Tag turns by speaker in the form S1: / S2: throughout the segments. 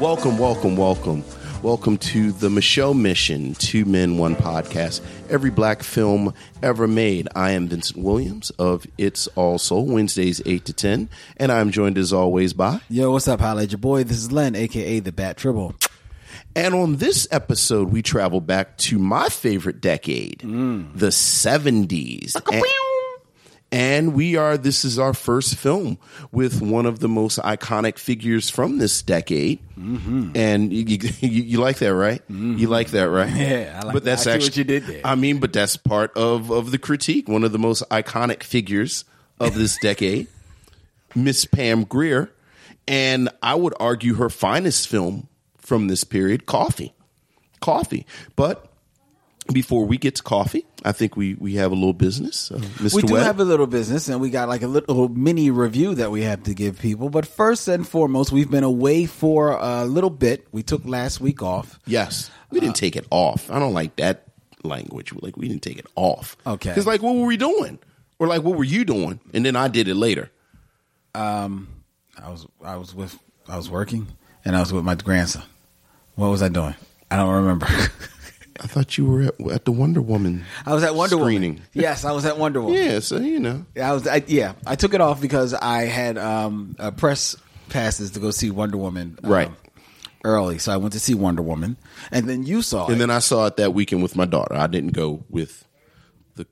S1: Welcome, welcome, welcome. Welcome to the Michelle Mission, Two Men, One Podcast, every black film ever made. I am Vincent Williams of It's All Soul, Wednesdays 8 to 10, and I'm joined as always by.
S2: Yo, what's up, Holla at your boy? This is Len, aka the Bat Tribble.
S1: And on this episode, we travel back to my favorite decade,
S2: Mm.
S1: the 70s. And, and we are, this is our first film with one of the most iconic figures from this decade.
S2: Mm-hmm.
S1: And you, you, you like that, right? You like that, right?
S2: Yeah, I like
S1: But
S2: that.
S1: that's
S2: I see
S1: actually
S2: what you did there.
S1: I mean, but that's part of, of the critique. One of the most iconic figures of this decade. Miss Pam Greer, and I would argue her finest film from this period, Coffee. Coffee. But before we get to coffee, I think we, we have a little business. Uh, Mr.
S2: We do
S1: Webb.
S2: have a little business, and we got like a little mini review that we have to give people. But first and foremost, we've been away for a little bit. We took last week off.
S1: yes. We didn't take it off. I don't like that language. Like, we didn't take it off.
S2: Okay.
S1: Because, like, what were we doing? Or, like, what were you doing? And then I did it later.
S2: I was I was with I was working, and I was with my grandson. What was I doing? I don't remember.
S1: I thought you were at, at the Wonder Woman.
S2: I was at Wonder
S1: Screening.
S2: Woman. Yes, I was at Wonder Woman.
S1: Yeah, so, you know.
S2: I was, I, yeah, I took it off because I had um, uh, press passes to go see Wonder Woman, um,
S1: Right.
S2: Early, so I went to see Wonder Woman, and then you saw
S1: And
S2: it.
S1: then I saw it that weekend with my daughter. I didn't go with the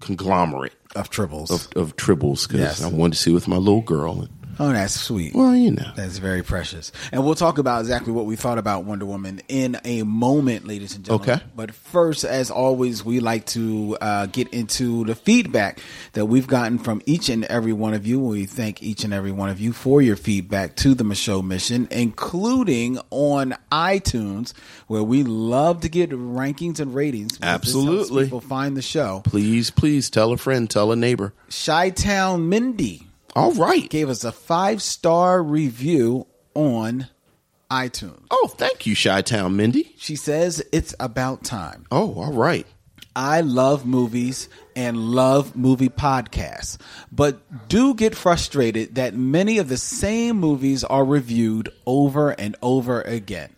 S1: conglomerate
S2: of tribbles.
S1: of Tribbles because
S2: Yes.
S1: I wanted to see it with my little girl. And,
S2: oh, that's sweet.
S1: well, you know.
S2: That's very precious. And we'll talk about exactly what we thought about Wonder Woman in a moment, ladies and gentlemen.
S1: Okay.
S2: But first, as always, we like to uh, get into the feedback that we've gotten from each and every one of you. We thank each and every one of you for your feedback to the Michelle Mission, including on iTunes, where we love to get rankings and ratings. because this helps
S1: Absolutely.
S2: People find the show.
S1: Please, please tell a friend, tell a neighbor.
S2: Chi Town Mindy
S1: All right.
S2: gave us a five star review on iTunes.
S1: Oh, thank you, Chi Town Mindy.
S2: She says it's about time.
S1: Oh, all right.
S2: I love movies and love movie podcasts, but do get frustrated that many of the same movies are reviewed over and over again.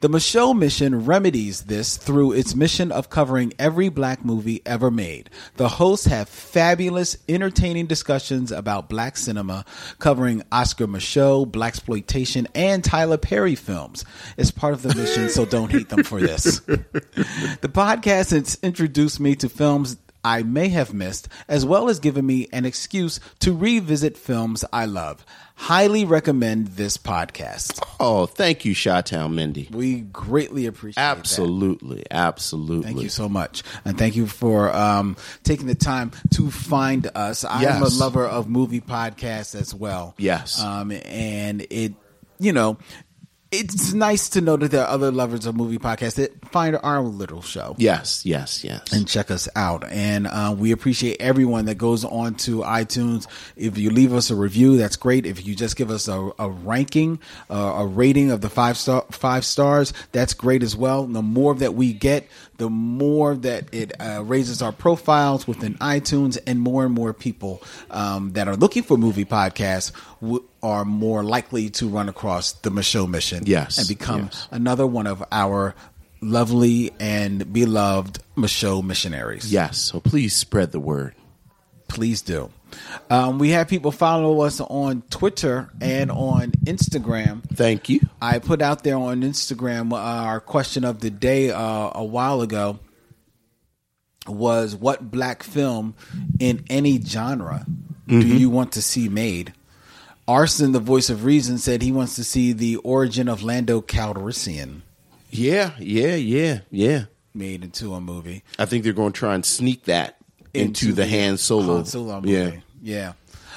S2: The Michelle Mission remedies this through its mission of covering every black movie ever made. The hosts have fabulous, entertaining discussions about black cinema, covering Oscar Michelle, black exploitation, and Tyler Perry films. It's part of the mission, so don't hate them for this. The podcast has introduced me to films I may have missed, as well as given me an excuse to revisit films I love. Highly recommend this podcast.
S1: Oh, thank you, Chi Town Mindy.
S2: We greatly appreciate that.
S1: Absolutely, absolutely.
S2: Thank you so much, and thank you for um, taking the time to find us. I am a
S1: Yes.
S2: lover of movie podcasts as well.
S1: Yes.
S2: um, and it, you know, it's nice to know that there are other lovers of movie podcasts that find our little show
S1: Yes, yes, yes.
S2: and check us out. And uh, we appreciate everyone that goes on to iTunes. If you leave us a review, that's great. If you just give us a, a ranking, uh, a rating of the five star five stars, that's great as well. The more that we get, the more that it uh, raises our profiles within iTunes, and more and more people um, that are looking for movie podcasts. W- are more likely to run across the Michelle Mission
S1: Yes,
S2: and become
S1: yes.
S2: another one of our lovely and beloved Michelle missionaries.
S1: yes, so please spread the word.
S2: Please do. Um, we have people follow us on Twitter and on Instagram.
S1: Thank you.
S2: I put out there on Instagram uh, our question of the day uh, a while ago was what black film in any genre do you want to see made? Arson, the voice of reason, said he wants to see the origin of Lando Calrissian
S1: Yeah, yeah, yeah, yeah.
S2: made into a movie.
S1: I think they're going to try and sneak that into, the, hand solo.
S2: Han Solo movie. Yeah.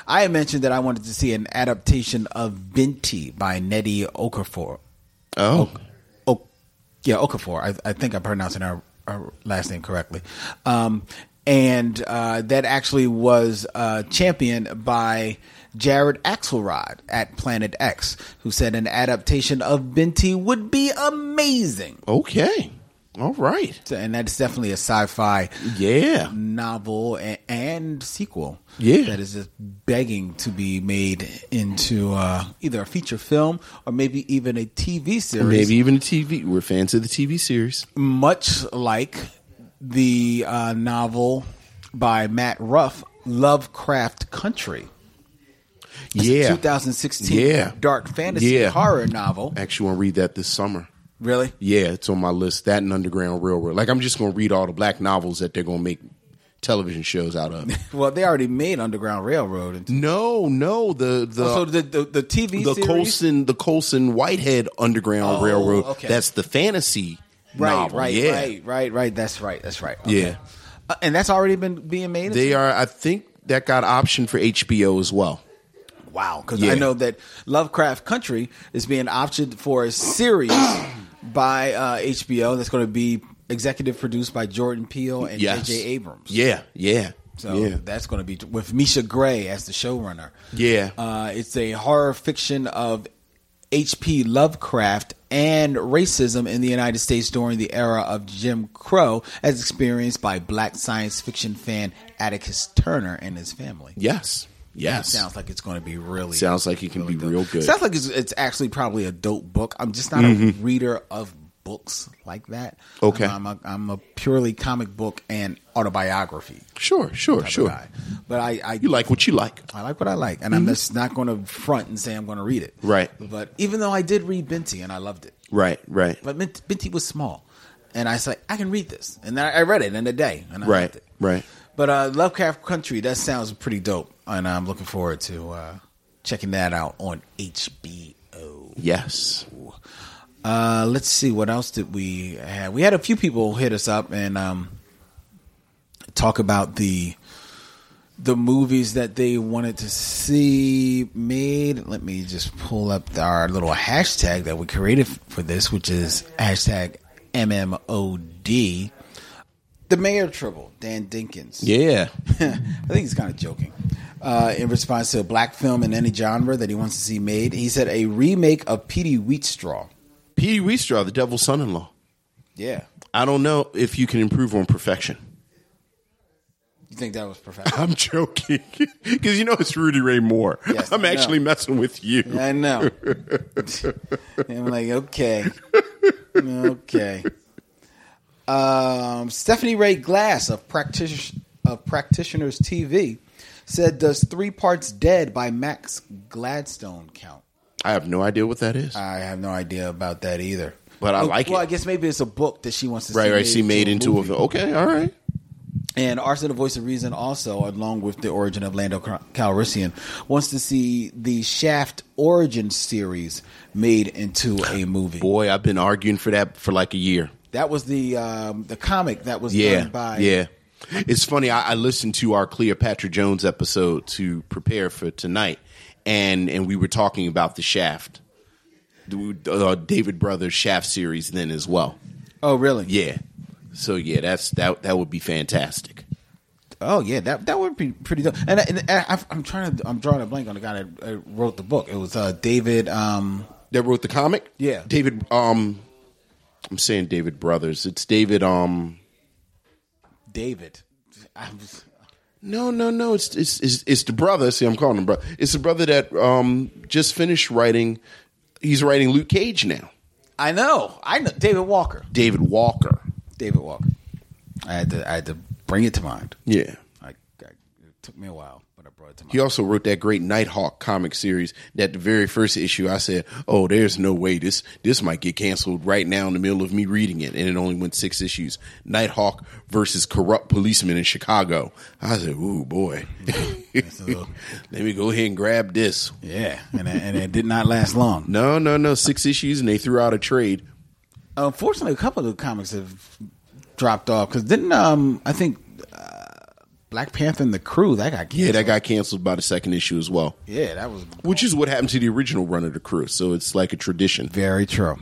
S2: I had mentioned that I wanted to see an adaptation of Venti by Nettie Okafor.
S1: Oh,
S2: Oh, yeah, Okafor. I, I think I'm pronouncing her, her last name correctly. Um, and uh, that actually was uh, championed by Jared Axelrod at Planet X, who said an adaptation of Venti would be amazing.
S1: okay. All right.
S2: So- and that's definitely a sci-fi
S1: Yeah.
S2: novel and, and sequel.
S1: Yeah.
S2: that is just begging to be made into uh, either a feature film or maybe even a TV series.
S1: Maybe even a TV. We're fans of the TV series.
S2: much like the uh, novel by Matt Ruff, Lovecraft Country. It's a
S1: Yeah.
S2: 2016
S1: Yeah.
S2: dark fantasy
S1: Yeah.
S2: horror novel.
S1: Actually, want to read that this summer.
S2: Really?
S1: Yeah, it's on my list. That and Underground Railroad. Like, I'm just going to read all the black novels that they're going to make television shows out of.
S2: Well, they already made Underground Railroad. And
S1: no, no, the the
S2: Oh, so the, the, the TV
S1: the
S2: series?
S1: Colson the Colson Whitehead Underground
S2: Oh,
S1: Railroad.
S2: okay.
S1: That's the fantasy
S2: Right,
S1: novel.
S2: right,
S1: yeah.
S2: right, right, right. That's right. That's right.
S1: Yeah.
S2: Uh, and that's already been being made?
S1: They are. I think that got option for HBO as well.
S2: Wow, because
S1: Yeah.
S2: I know that Lovecraft Country is being optioned for a series by uh, HBO that's going to be executive produced by Jordan Peele and
S1: Yes.
S2: J.J. Abrams.
S1: Yeah, yeah,
S2: So
S1: yeah.
S2: that's going to be with Misha Gray as the showrunner.
S1: Yeah.
S2: Uh, it's a horror fiction of H.P. Lovecraft and racism in the United States during the era of Jim Crow, as experienced by black science fiction fan Atticus Turner and his family.
S1: yes,
S2: It
S1: yes.
S2: sounds like it's going to be really
S1: Sounds like it can be real good. Mm-hmm.
S2: Sounds like it's, it's actually probably a dope book. I'm just not a reader of books like that.
S1: Okay.
S2: I'm a, I'm a purely comic book and autobiography
S1: sure, sure, sure.
S2: guy. But I, I,
S1: You like what you like.
S2: I like what I like, and I'm just not going to front and say I'm going to read it.
S1: Right.
S2: But even though I did read Binti and I loved it,
S1: Right, right,
S2: but Bint- Binti was small, and I said I can read this, and then I read it in a day, and I
S1: right,
S2: loved it.
S1: right.
S2: But uh, Lovecraft Country, that sounds pretty dope, and I'm looking forward to uh, checking that out on HBO.
S1: Yes.
S2: Uh, let's see what else did we have. We had a few people hit us up and um, talk about the the movies that they wanted to see made. Let me just pull up our little hashtag that we created for this, which is hashtag MMOD. The Mayor Trouble, Dan Dinkins.
S1: Yeah.
S2: I think he's kind of joking. Uh, in response to a black film in any genre that he wants to see made, he said a remake of Petey Wheatstraw.
S1: Petey Wheatstraw, the devil's son-in-law.
S2: Yeah.
S1: I don't know if you can improve on perfection.
S2: You think that was perfect?
S1: I'm joking because you know it's Rudy Ray Moore.
S2: Yes,
S1: I'm
S2: I
S1: actually
S2: know.
S1: messing with you.
S2: I know. I'm like, okay. Okay. Um, Stephanie Ray Glass of, Practition- of Practitioners TV said, Does Three Parts Dead by Max Gladstone count?
S1: I have no idea what that is.
S2: I have no idea about that either.
S1: But I
S2: Well,
S1: like it.
S2: Well, I guess maybe it's a book that she wants to
S1: right,
S2: see
S1: right. She made into a,
S2: movie.
S1: okay. All right.
S2: And Arson, the voice of reason, also, along with the origin of Lando Cal- Calrissian, wants to see the Shaft origin series made into a movie.
S1: Boy, I've been arguing for that for like a year.
S2: That was the um, the comic that was
S1: Yeah,
S2: done by
S1: yeah. It's funny. I, I listened to our Cleopatra Jones episode to prepare for tonight, and and we were talking about the Shaft, the, uh, David Brothers Shaft series then as well.
S2: Oh, really?
S1: Yeah. So yeah, that's that. That would be fantastic.
S2: Oh, yeah. That that would be pretty dope. And, I- and I, I'm trying to I'm drawing a blank on the guy that uh, wrote the book. It was uh, David. Um,
S1: That wrote the comic.
S2: Yeah.
S1: David. Um, I'm saying David Brothers. It's David. Um,
S2: David. I was,
S1: no, no, no. It's it's it's, it's the brother. See, I'm calling him brother. It's the brother that um just finished writing. He's writing Luke Cage now.
S2: I know. I know David Walker.
S1: David Walker.
S2: David Walker. I had to I had to bring it to mind.
S1: Yeah.
S2: I, I, it took me a while, but I brought it to mind.
S1: He also wrote that great Nighthawk comic series. That the very first issue, I said, "Oh, there's no way this this might get canceled right now in the middle of me reading it." And it only went six issues. Nighthawk versus corrupt policeman in Chicago. I said, "Ooh, boy,
S2: It's a little-
S1: let me go ahead and grab this."
S2: yeah, and it, and it did not last long.
S1: No, no, no, six issues, and they threw out a trade.
S2: Unfortunately, a couple of the comics have dropped off because didn't um I think uh, Black Panther and the Crew that got
S1: Yeah,
S2: canceled.
S1: that got canceled by the second issue as well,
S2: yeah that was
S1: which is what happened to the original run of the crew. So it's like a tradition.
S2: very true.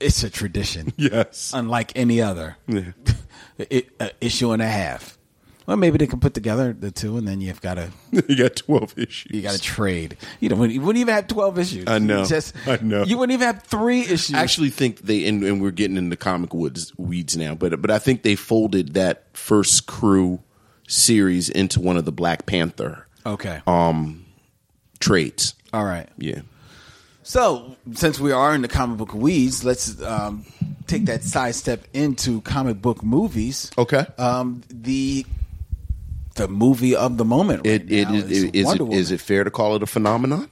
S2: It's a tradition,
S1: Yes.
S2: unlike any other. I- uh, issue and a half. Well, maybe they can put together the two, and then you've got to
S1: you got twelve issues.
S2: you got to trade. You know, you wouldn't even have twelve issues.
S1: I know.
S2: You Just
S1: I know.
S2: You wouldn't even have three issues.
S1: I actually think they and, and we're getting into comic woods weeds now, but but I think they folded that first crew series into one of the Black Panther
S2: okay.
S1: uh, trades.
S2: All right.
S1: Yeah.
S2: So, since we are in the comic book weeds, let's um, take that sidestep into comic book movies.
S1: Okay.
S2: Um, the the movie of the moment right
S1: It, it,
S2: now
S1: is,
S2: is,
S1: is, it,
S2: Wonder Woman.
S1: is it fair to call it a phenomenon?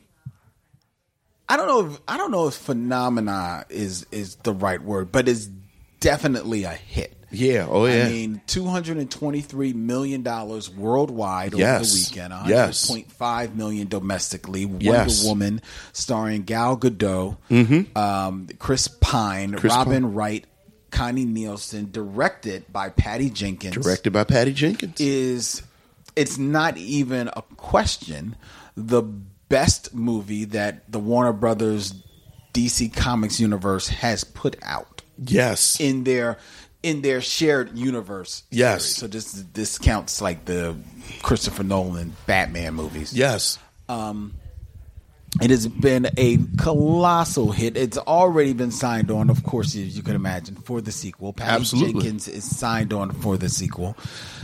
S2: I don't know. If, I don't know if phenomena is is the right word, but it's definitely a hit.
S1: Yeah. Oh yeah.
S2: I mean, two hundred and twenty-three million dollars worldwide
S1: Yes.
S2: over the weekend. One hundred
S1: Yes.
S2: point five million domestically. Wonder
S1: Yes. Mm-hmm.
S2: Woman, starring Gal Gadot, um, Chris Pine, Robin Wright, Connie Nielsen, directed by Patty Jenkins.
S1: Directed by Patty Jenkins.
S2: is it's not even a question. The best movie that the Warner Brothers DC Comics universe has put out
S1: yes.
S2: in their in their shared universe.
S1: Yes.
S2: So this this counts like the Christopher Nolan Batman movies.
S1: yes.
S2: It has been a colossal hit. It's already been signed on, of course, as you can imagine, for the sequel. Patty
S1: Absolutely.
S2: Jenkins is signed on for the sequel.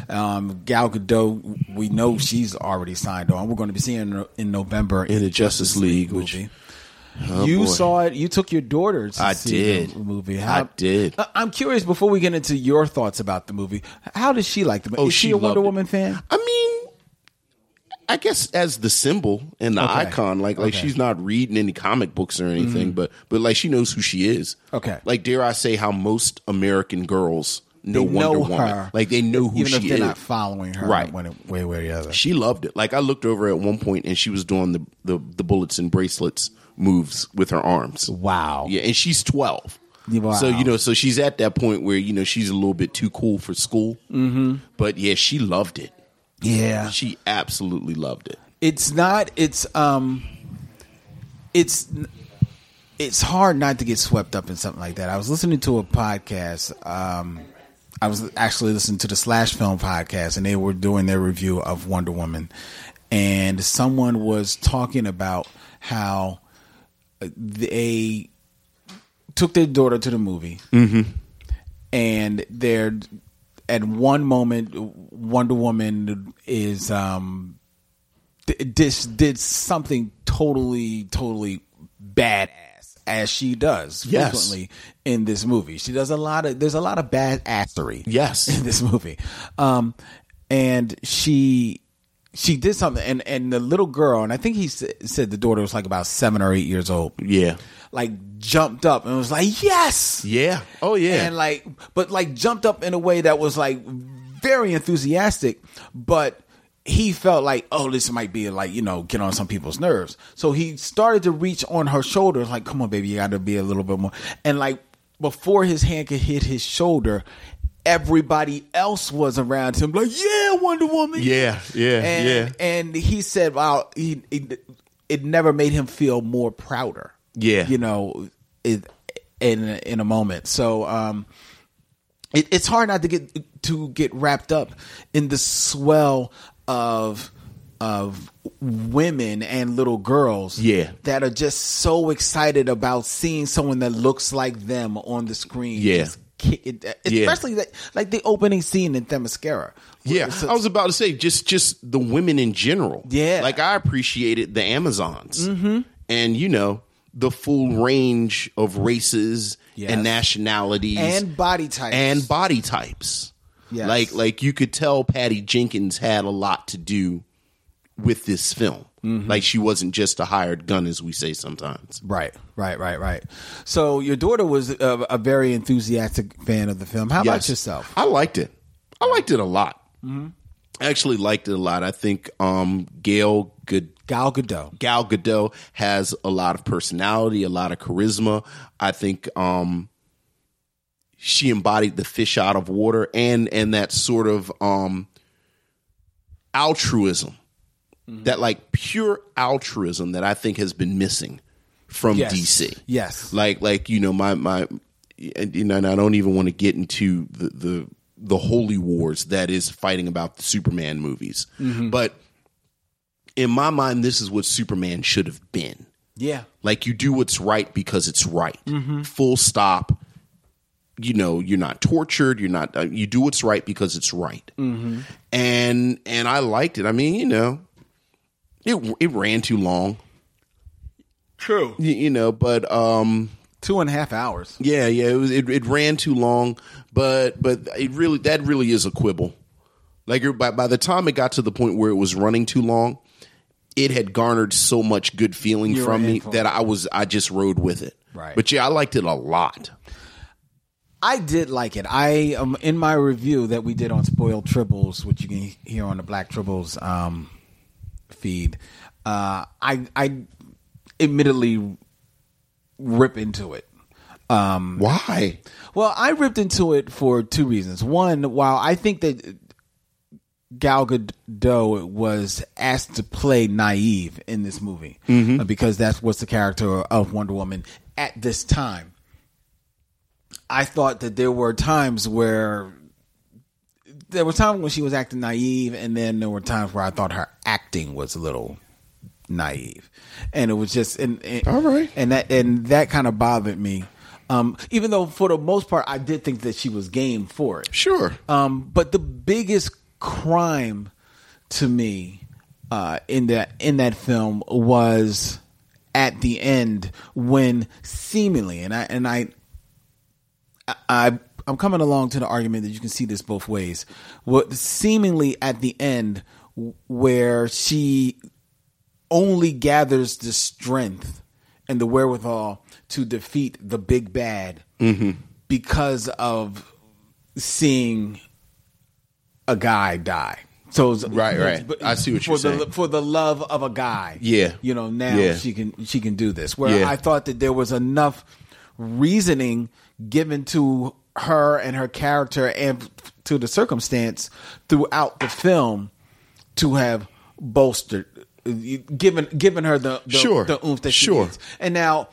S2: Um, Gal Gadot, we know she's already signed on. We're going to be seeing her in November
S1: In the Justice League, which- Oh,
S2: movie. you
S1: boy.
S2: saw it. You took your daughter to
S1: I
S2: see the
S1: did.
S2: movie.
S1: I did.
S2: I- I'm curious. Before we get into your thoughts about the movie, how does she like the movie?
S1: Oh,
S2: is she,
S1: she
S2: a Wonder
S1: loved it.
S2: Woman fan?
S1: I mean, I guess as the symbol and the
S2: Okay.
S1: icon, like like
S2: Okay. Mm.
S1: she's not reading any comic books or anything, but but like she knows who she is.
S2: Okay.
S1: Like dare I say, how most American girls know
S2: They
S1: Wonder
S2: know
S1: Woman.
S2: her,
S1: Like they know who
S2: even
S1: she
S2: if they're
S1: is.
S2: not following her,
S1: Right.
S2: One way, way or the other.
S1: she loved it. Like I looked over at one point and she was doing the the, the bullets and bracelets moves with her arms.
S2: Wow.
S1: Yeah, and she's 12.
S2: Wow.
S1: So, you know, so she's at that point where, you know, she's a little bit too cool for school. Mm-hmm. But yeah, she loved it.
S2: Yeah.
S1: She absolutely loved it.
S2: It's not it's um it's it's hard not to get swept up in something like that. I was listening to a podcast um I was actually listening to the Slash Film podcast and they were doing their review of Wonder Woman and someone was talking about how uh, they took their daughter to the movie and they're at one moment Wonder Woman is um d- did, did something totally, totally badass as she does
S1: Yes.
S2: frequently in this movie. She does a lot of there's a lot of bad assery
S1: Yes.
S2: in this movie. Um, and she she did something, and and the little girl, and I think he sa- said the daughter was like about seven or eight years old,
S1: Yeah.
S2: like jumped up and was like, yes,
S1: Yeah. Oh, yeah.
S2: and like but like jumped up in a way that was like very enthusiastic but he felt like oh this might be like you know get on some people's nerves so he started to reach on her shoulders like come on baby you gotta be a little bit more and like before his hand could hit his shoulder everybody else was around him like yeah wonder woman
S1: yeah. Yeah.
S2: and
S1: yeah.
S2: and he said, "Wow, he, he- it never made him feel more prouder."
S1: Yeah.
S2: you know, it, in in a moment. So, um, it, it's hard not to get to get wrapped up in the swell of of women and little girls
S1: Yeah.
S2: that are just so excited about seeing someone that looks like them on the screen
S1: Yeah.
S2: Just kick it, especially that, like the opening scene in Themyscira where
S1: yeah, Oh,
S2: it's a-
S1: I was about to say just just the women in general.
S2: Yeah.
S1: like I appreciated the Amazons, mm-hmm. and you know the full range of races
S2: Yes.
S1: and nationalities
S2: and body types
S1: and body types.
S2: Yes.
S1: Like like you could tell Patty Jenkins had a lot to do with this film.
S2: Mm-hmm.
S1: Like she wasn't just a hired gun as we say sometimes.
S2: Right, right, right, right. So your daughter was a, a very enthusiastic fan of the film. How about
S1: Yes.
S2: yourself? Mm-hmm.
S1: I liked it. I liked it a lot. I actually liked it a lot. I think um Gail Good
S2: Gal Gadot.
S1: Gal Gadot has a lot of personality, a lot of charisma. I think um, she embodied the fish out of water and and that sort of um, altruism,
S2: Mm-hmm.
S1: that like pure altruism that I think has been missing from
S2: Yes.
S1: DC
S2: Yes.
S1: like like you know my my and, you know and I don't even want to get into the the the holy wars that is fighting about the Superman movies. But in my mind, this is what Superman should have been.
S2: Yeah.
S1: Like you do what's right because it's right. Full stop. You know, you're not tortured. You're not. uh, You do what's right because it's right. And and I liked it. I mean, you know, it it ran too long.
S2: True.
S1: You, you know, but um,
S2: Two and a half hours.
S1: yeah, yeah, it was it, it ran too long. But but it really that really is a quibble. Like you're- by by the time it got to the point where it was running too long, it had garnered so much good feeling
S2: You were
S1: from me
S2: in for
S1: that I was I just rode with it.
S2: Right.
S1: But yeah, I liked it a lot.
S2: I did like it. I um in my review that we did on Spoiled Tribbles, which you can hear on the Black Tribbles um feed. Uh, I I admittedly rip into it.
S1: Why?
S2: Well, I ripped into it for two reasons. One, while I think that Gal Gadot was asked to play naive in this movie
S1: Mm-hmm.
S2: uh, because that's what's the character of Wonder Woman at this time. I thought that there were times where there were times when she was acting naive, and then there were times where I thought her acting was a little naive, and it was just and, and
S1: All right.
S2: and that and that kind of bothered me. Um, even though for the most part, I did think that she was game for it.
S1: Sure.
S2: Um, but the biggest crime to me uh, in that in that film was at the end when seemingly and I and I I I'm coming along to the argument that you can see this both ways. What seemingly at the end w- where she only gathers the strength and the wherewithal to defeat the big bad
S1: Mm-hmm.
S2: because of seeing a guy die. So it's-
S1: Right, right.
S2: but-
S1: I see what
S2: for
S1: you're
S2: the,
S1: saying.
S2: For the love of a guy,
S1: Yeah.
S2: You know now
S1: Yeah.
S2: she can she can do this. Where
S1: Yeah.
S2: I thought that there was enough reasoning given to her and her character and to the circumstance throughout the film to have bolstered given given her the the,
S1: Sure.
S2: the oomph that
S1: Sure.
S2: she needs. And now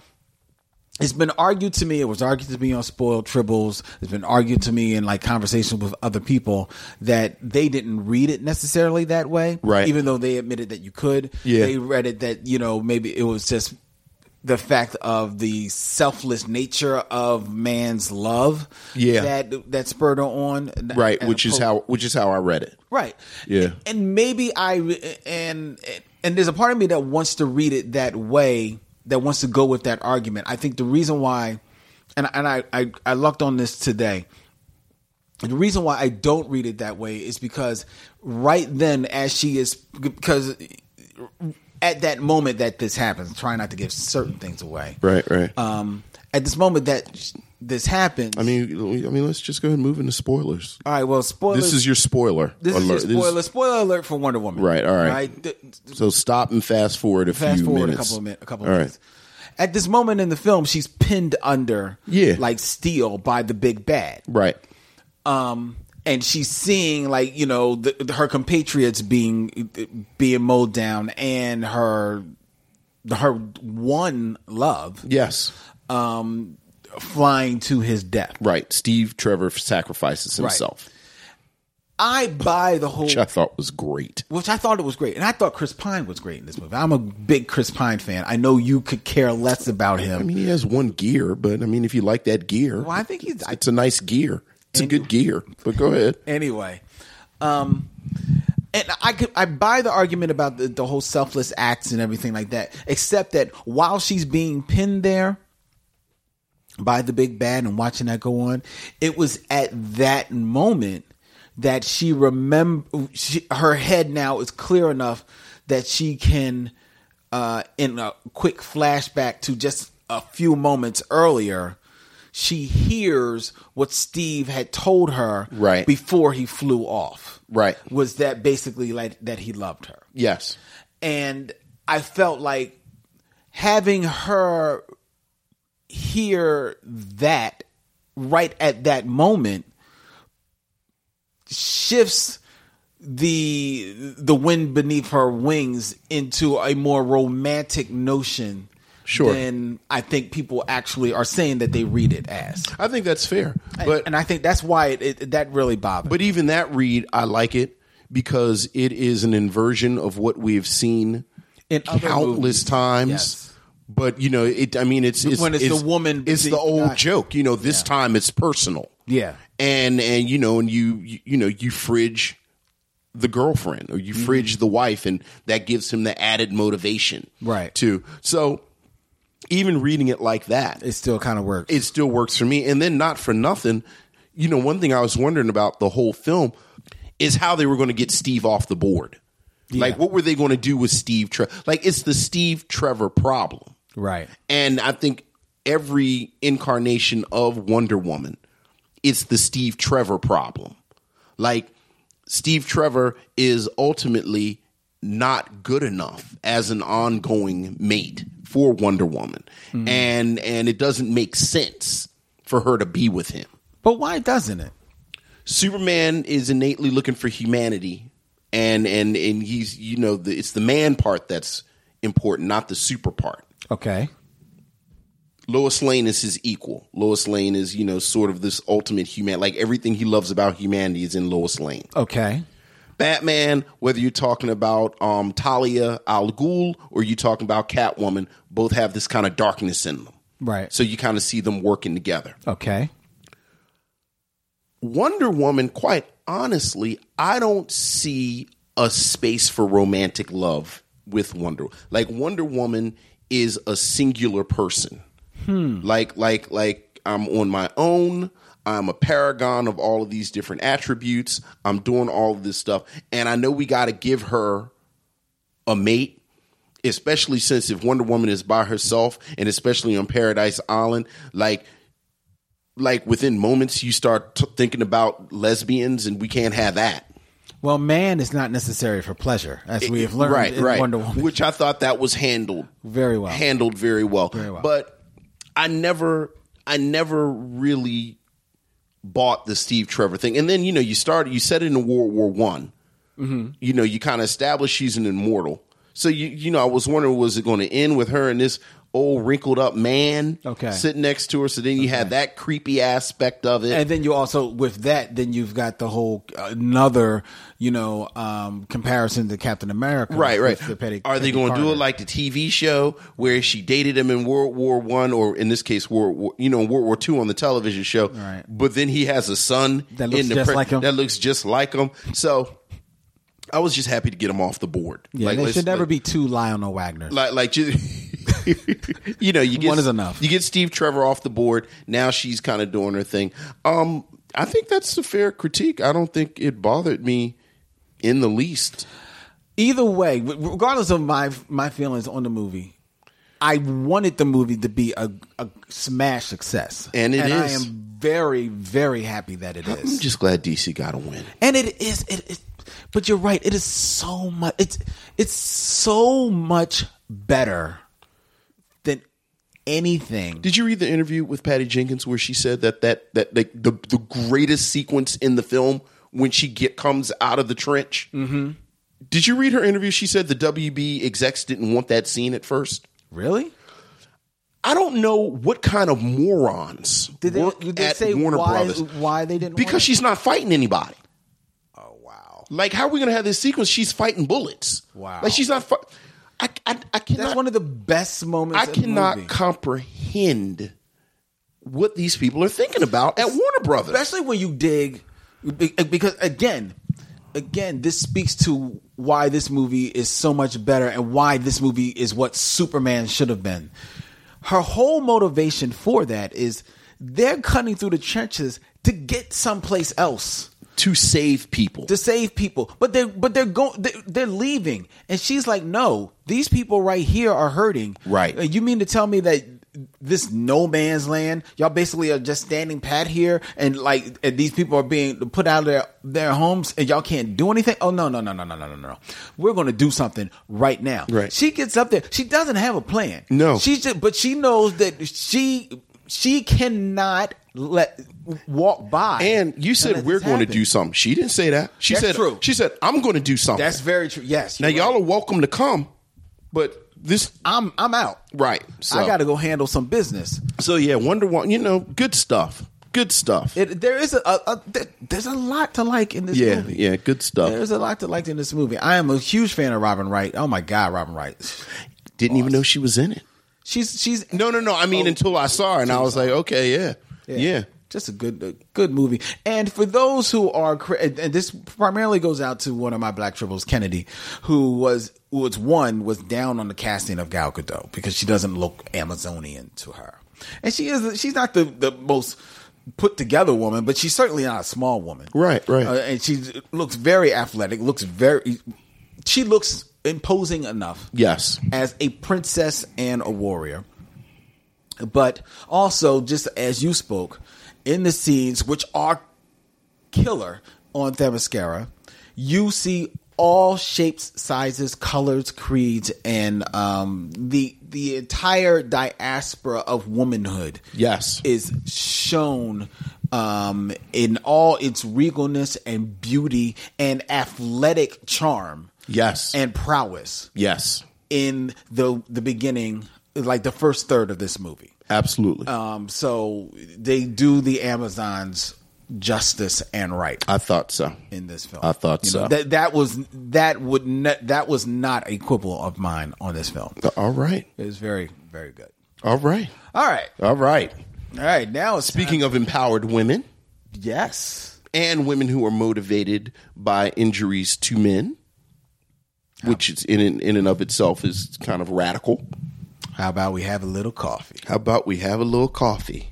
S2: it's been argued to me. It was argued to me on spoiled tribbles. It's been argued to me in like conversations with other people that they didn't read it necessarily that way.
S1: Right.
S2: Even though they admitted that you could.
S1: Yeah.
S2: They read it that you know maybe it was just the fact of the selfless nature of man's love.
S1: Yeah.
S2: That that spurred her on.
S1: right,
S2: And
S1: which is
S2: opposed-
S1: how which is how I read it.
S2: Right.
S1: Yeah.
S2: And, and maybe I and and there's a part of me that wants to read it that way, that wants to go with that argument. I think the reason why, and and I I, I lucked on this today. The reason why I don't read it that way is because right then, as she is, because at that moment that this happens, try not to give certain things away.
S1: Right, right.
S2: Um, at this moment that sh- this happens,
S1: I mean, I mean, let's just go ahead and move into spoilers.
S2: all right. Well, spoilers.
S1: This is your spoiler
S2: this
S1: alert.
S2: is your spoiler. spoiler alert for Wonder Woman.
S1: Right, all right.
S2: Th-
S1: so stop and fast forward a
S2: fast
S1: few
S2: forward
S1: minutes.
S2: a couple of minutes. A couple of
S1: All right.
S2: minutes. At this moment in the film, she's pinned under,
S1: Yeah.
S2: like steel by the big bad,
S1: Right.
S2: um, and she's seeing like you know the, the- her compatriots being being mowed down and her her one love
S1: Yes.
S2: um, flying to his death.
S1: Right. Steve Trevor sacrifices himself,
S2: I buy the whole
S1: which I thought was great.
S2: which I thought it was great, and I thought Chris Pine was great in this movie. I'm a big Chris Pine fan. I know you could care less about
S1: I
S2: him.
S1: mean, he has one gear, but I mean, if you like that gear,
S2: Well, I think he's. I
S1: it's a nice gear. It's a good gear. But go ahead.
S2: anyway um and I could I buy the argument about the, the whole selfless acts and everything like that, except that while she's being pinned there by the big bad and watching that go on, it was at that moment that she remember she, her head now is clear enough that she can, uh, in a quick flashback to just a few moments earlier, she hears what Steve had told her
S1: Right.
S2: before he flew off.
S1: Right.
S2: Was that basically like that he loved her?
S1: Yes.
S2: and I felt like having her hear that right at that moment shifts the the wind beneath her wings into a more romantic notion
S1: Sure.
S2: than I think people actually are saying that they read it as.
S1: I think that's fair. But
S2: and I think that's why it, it that really bothers.
S1: But even that read, I like it because it is an inversion of what we have seen
S2: In other
S1: countless
S2: movies,
S1: times.
S2: yes.
S1: But you know, it. I mean, it's, it's
S2: When it's the woman
S1: It's the
S2: being-
S1: old
S2: Right.
S1: joke. You know, this time it's personal.
S2: Yeah.
S1: and and you know, and you you, you know, you fridge the girlfriend or
S2: Mm-hmm.
S1: you fridge the wife, and that gives him the added motivation,
S2: Right.
S1: To so even reading it like that,
S2: it still kind of works.
S1: it still works for me. And then not for nothing, you know, one thing I was wondering about the whole film is how they were going to get Steve off the board. Like, what were they going to do with Steve? Tre- like, it's the Steve Trevor problem,
S2: right.
S1: and I think every incarnation of Wonder Woman, it's the Steve Trevor problem. Like, Steve Trevor is ultimately not good enough as an ongoing mate for Wonder Woman. And and it doesn't make sense for her to be with him.
S2: But why doesn't it?
S1: Superman is innately looking for humanity, and and and he's you know the, it's the man part that's important, not the super part.
S2: Okay.
S1: Lois Lane is his equal. Lois Lane is you know sort of this ultimate human, like everything he loves about humanity is in Lois Lane.
S2: Okay.
S1: Batman, whether you're talking about um, Talia al Ghul or you're talking about Catwoman, both have this kind of darkness in them.
S2: Right.
S1: So you kind of see them working together.
S2: okay.
S1: Wonder Woman, quite honestly, I don't see a space for romantic love with Wonder. Like Wonder Woman is a singular person. Like like like I'm on my own. I'm a paragon of all of these different attributes. I'm doing all of this stuff and I know we got to give her a mate, especially since if Wonder Woman is by herself and especially on Paradise Island, like like within moments you start t- thinking about lesbians and we can't have that.
S2: Well, man is not necessary for pleasure, as we have learned in Wonder Woman.
S1: Which I thought that was handled
S2: Very well.
S1: Handled very well.
S2: well.
S1: But I never I never really bought the Steve Trevor thing. And then, you know, you started you said it in World War One.
S2: Mm-hmm.
S1: You know, you kind of established she's an immortal. So you you know, I was wondering was it going to end with her and this old wrinkled up man
S2: Okay.
S1: sitting next to her? So then you had that creepy aspect of it.
S2: and then you also with that, then you've got the whole another, you know, um, comparison to Captain America.
S1: Right, right.
S2: with The petty,
S1: Are they
S2: Peggy
S1: going to do
S2: Carter.
S1: it like the TV show where she dated him in World War One, or in this case, World War, you know, in World War Two on the television show?
S2: Right.
S1: But then he has a son
S2: That looks
S1: in the
S2: just like him.
S1: that looks just like him. So I was just happy to get him off the board.
S2: Yeah, they
S1: let's-
S2: should never
S1: like-
S2: be too Lionel Wagner.
S1: like like just you know you get
S2: One is enough.
S1: You get Steve Trevor off the board. Now she's kind of doing her thing. Um, I think that's a fair critique. I don't think it bothered me in the least.
S2: Either way, w- regardless of my my feelings on the movie, I wanted the movie to be a, a smash success,
S1: And it
S2: I
S1: is.
S2: am very very happy that it is.
S1: I'm just glad DC got a win.
S2: and it is it, it but you're right it is so much it's it's so much better than anything
S1: Did you read the interview with Patty Jenkins where she said that that that like the the greatest sequence in the film when she get comes out of the trench? Mm-hmm. Did you read her interview? She said the WB execs didn't want that scene at first.
S2: really
S1: I don't know what kind of morons
S2: did they,
S1: work
S2: did they
S1: at
S2: say
S1: Warner
S2: why,
S1: Brothers
S2: why they didn't
S1: because
S2: want
S1: she's not fighting anybody.
S2: it? oh wow
S1: Like, how are we going to have this sequence? She's fighting bullets.
S2: Wow.
S1: Like she's not. Fi- I, I I cannot.
S2: that's one of the best moments
S1: I
S2: of the
S1: cannot
S2: movie.
S1: comprehend what these people are thinking about at Warner Brothers.
S2: especially when you dig be- eh, because again again this speaks to why this movie is so much better and why this movie is what superman should have been her whole motivation for that is they're cutting through the trenches to get someplace else
S1: to save people.
S2: to save people but they but they're going they're, they're leaving and she's like no these people right here are hurting
S1: Right.
S2: Uh, you mean to tell me that this no man's land y'all basically are just standing pat here and like and these people are being put out of their their homes and y'all can't do anything oh no no no no no no no no we're going to do something right now
S1: Right.
S2: she gets up there she doesn't have a plan
S1: No.
S2: she's just but she knows that she she cannot let walk by
S1: and you
S2: let
S1: said we're
S2: this
S1: going to
S2: happen.
S1: do something. She didn't say that. She
S2: That's
S1: said
S2: true.
S1: she said I'm going to do something.
S2: That's very true. Yes.
S1: now
S2: you're
S1: y'all
S2: right.
S1: are welcome to come, but this
S2: I'm I'm out.
S1: right. So
S2: I got to go handle some business.
S1: so yeah, Wonder Woman. You know, good stuff. Good stuff.
S2: It, there is a, a, a there- there's a lot to like in this
S1: yeah,
S2: movie.
S1: yeah, good stuff.
S2: There's a lot to like in this movie. I am a huge fan of Robin Wright. Oh my god, Robin Wright.
S1: Didn't even know she was in it.
S2: She's she's
S1: No, no, no. I
S2: Oh.
S1: mean, until I saw her, and I was like, okay, yeah, yeah.
S2: Just a good, a good movie. And for those who are, cra- and and this primarily goes out to one of my black tribbles, Kennedy, who was was one was down on the casting of Gal Gadot because she doesn't look Amazonian to her, and she is she's not the the most put together woman, but she's certainly not a small woman,
S1: Right, right.
S2: Uh, and she looks very athletic, looks very, she looks imposing enough
S1: Yes.
S2: as a princess and a warrior. But also, just as you spoke, in the scenes which are killer on Themyscira, you see all shapes, sizes, colors, creeds, and um, the the entire diaspora of womanhood
S1: Yes.
S2: is shown um, in all its regalness and beauty and athletic charm
S1: Yes.
S2: and prowess
S1: yes.
S2: in the the beginning, like the first third of this movie.
S1: Absolutely.
S2: Um, so they do the Amazons justice and right
S1: I thought so.
S2: in this film.
S1: I thought
S2: You
S1: so.
S2: know, that that was that would ne- that was not a quibble of mine on this film.
S1: All right.
S2: It was very very good.
S1: All right.
S2: All right,
S1: All right.
S2: all right. Now it's
S1: Speaking of empowered women
S2: yes.
S1: and women who are motivated by injuries to men, which is in and, in and of itself is kind of radical.
S2: How about we have a little coffee?
S1: How about we have a little coffee?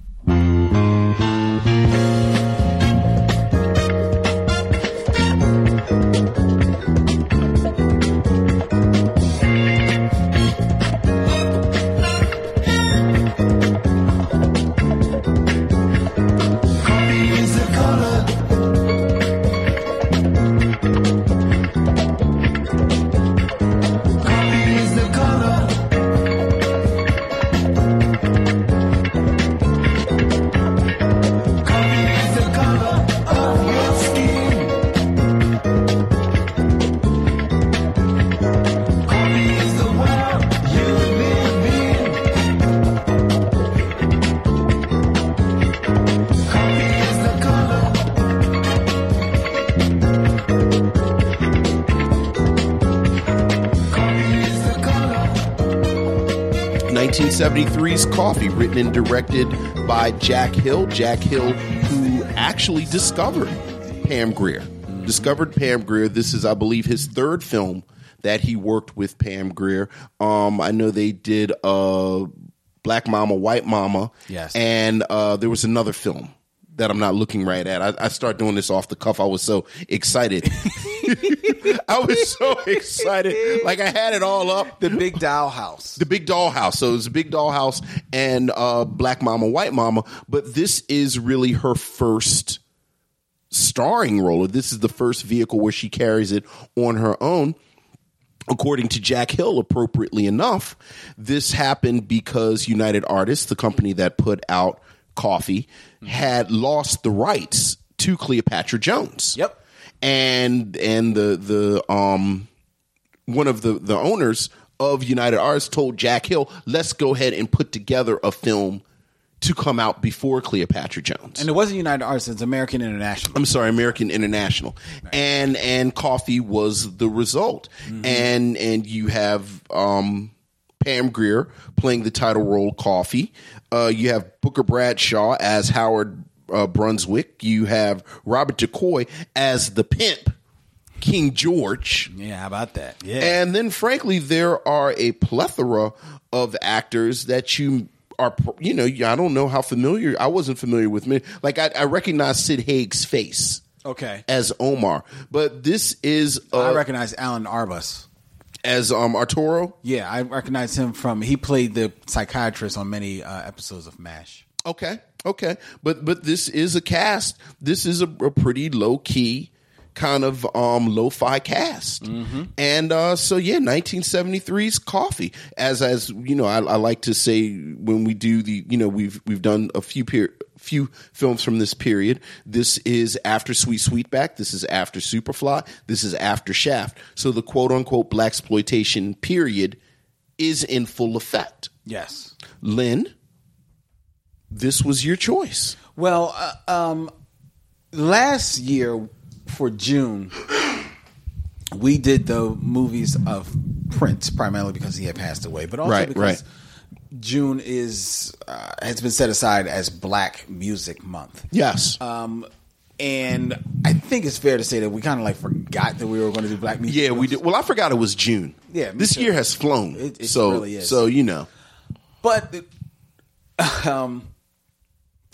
S3: color.
S1: 1973's Coffee, written and directed by Jack Hill. Jack Hill, who actually discovered Pam Greer. Discovered Pam Greer. This is, I believe, his third film that he worked with Pam Greer. Um, I know they did uh, Black Mama, White Mama.
S2: Yes.
S1: And uh, there was another film that I'm not looking right at. I, I start doing this off the cuff. I was so excited. I was so excited. Like I had it all up.
S2: The Big Doll House.
S1: The Big Dollhouse. So it's Big Dollhouse and uh, Black Mama, White Mama. But this is really her first starring role. This is the first vehicle where she carries it on her own. According to Jack Hill, appropriately enough, this happened because United Artists, the company that put out Coffee, had lost the rights to Cleopatra Jones.
S2: Yep.
S1: And and the the um one of the the owners of United Artists told Jack Hill, "Let's go ahead and put together a film to come out before Cleopatra Jones."
S2: and it wasn't United Artists; it's American International.
S1: I'm sorry, American International, and and coffee was the result,
S2: Mm-hmm.
S1: and and you have um, Pam Greer playing the title role, coffee. Uh, you have Booker Bradshaw as Howard uh, Brunswick. You have Robert DeCoy as the pimp, King George.
S2: Yeah, how about that? Yeah,
S1: And then, frankly, there are a plethora of actors that you are, you know, I don't know how familiar, I wasn't familiar with me. Like, I, I recognize Sid Haig's face
S2: okay.
S1: as Omar, but this is
S2: I
S1: uh,
S2: recognize Alan Arbus.
S1: as um, Arturo.
S2: Yeah, I recognize him from he played the psychiatrist on many uh, episodes of MASH.
S1: Okay, okay, but but this is a cast. This is a, a pretty low key kind of um lo-fi cast and uh so yeah 1973's coffee as as you know I, I like to say when we do the you know we've we've done a few per- few films from this period this is after sweet sweetback this is after superfly this is after shaft so the quote unquote black exploitation period is in full effect.
S2: Yes.
S1: Lynn, this was your choice.
S2: Well, uh, um, last year for June, we did the movies of Prince primarily because he had passed away, but also
S1: Right,
S2: because
S1: right.
S2: June is uh, has been set aside as Black Music Month.
S1: Yes.
S2: Um, and I think it's fair to say that we kind of like forgot that we were going to do Black Music.
S1: yeah, we did. Well, I forgot it was June.
S2: Yeah, me
S1: this
S2: too.
S1: year has flown.
S2: It- it
S1: so,
S2: really is.
S1: so you know,
S2: But um,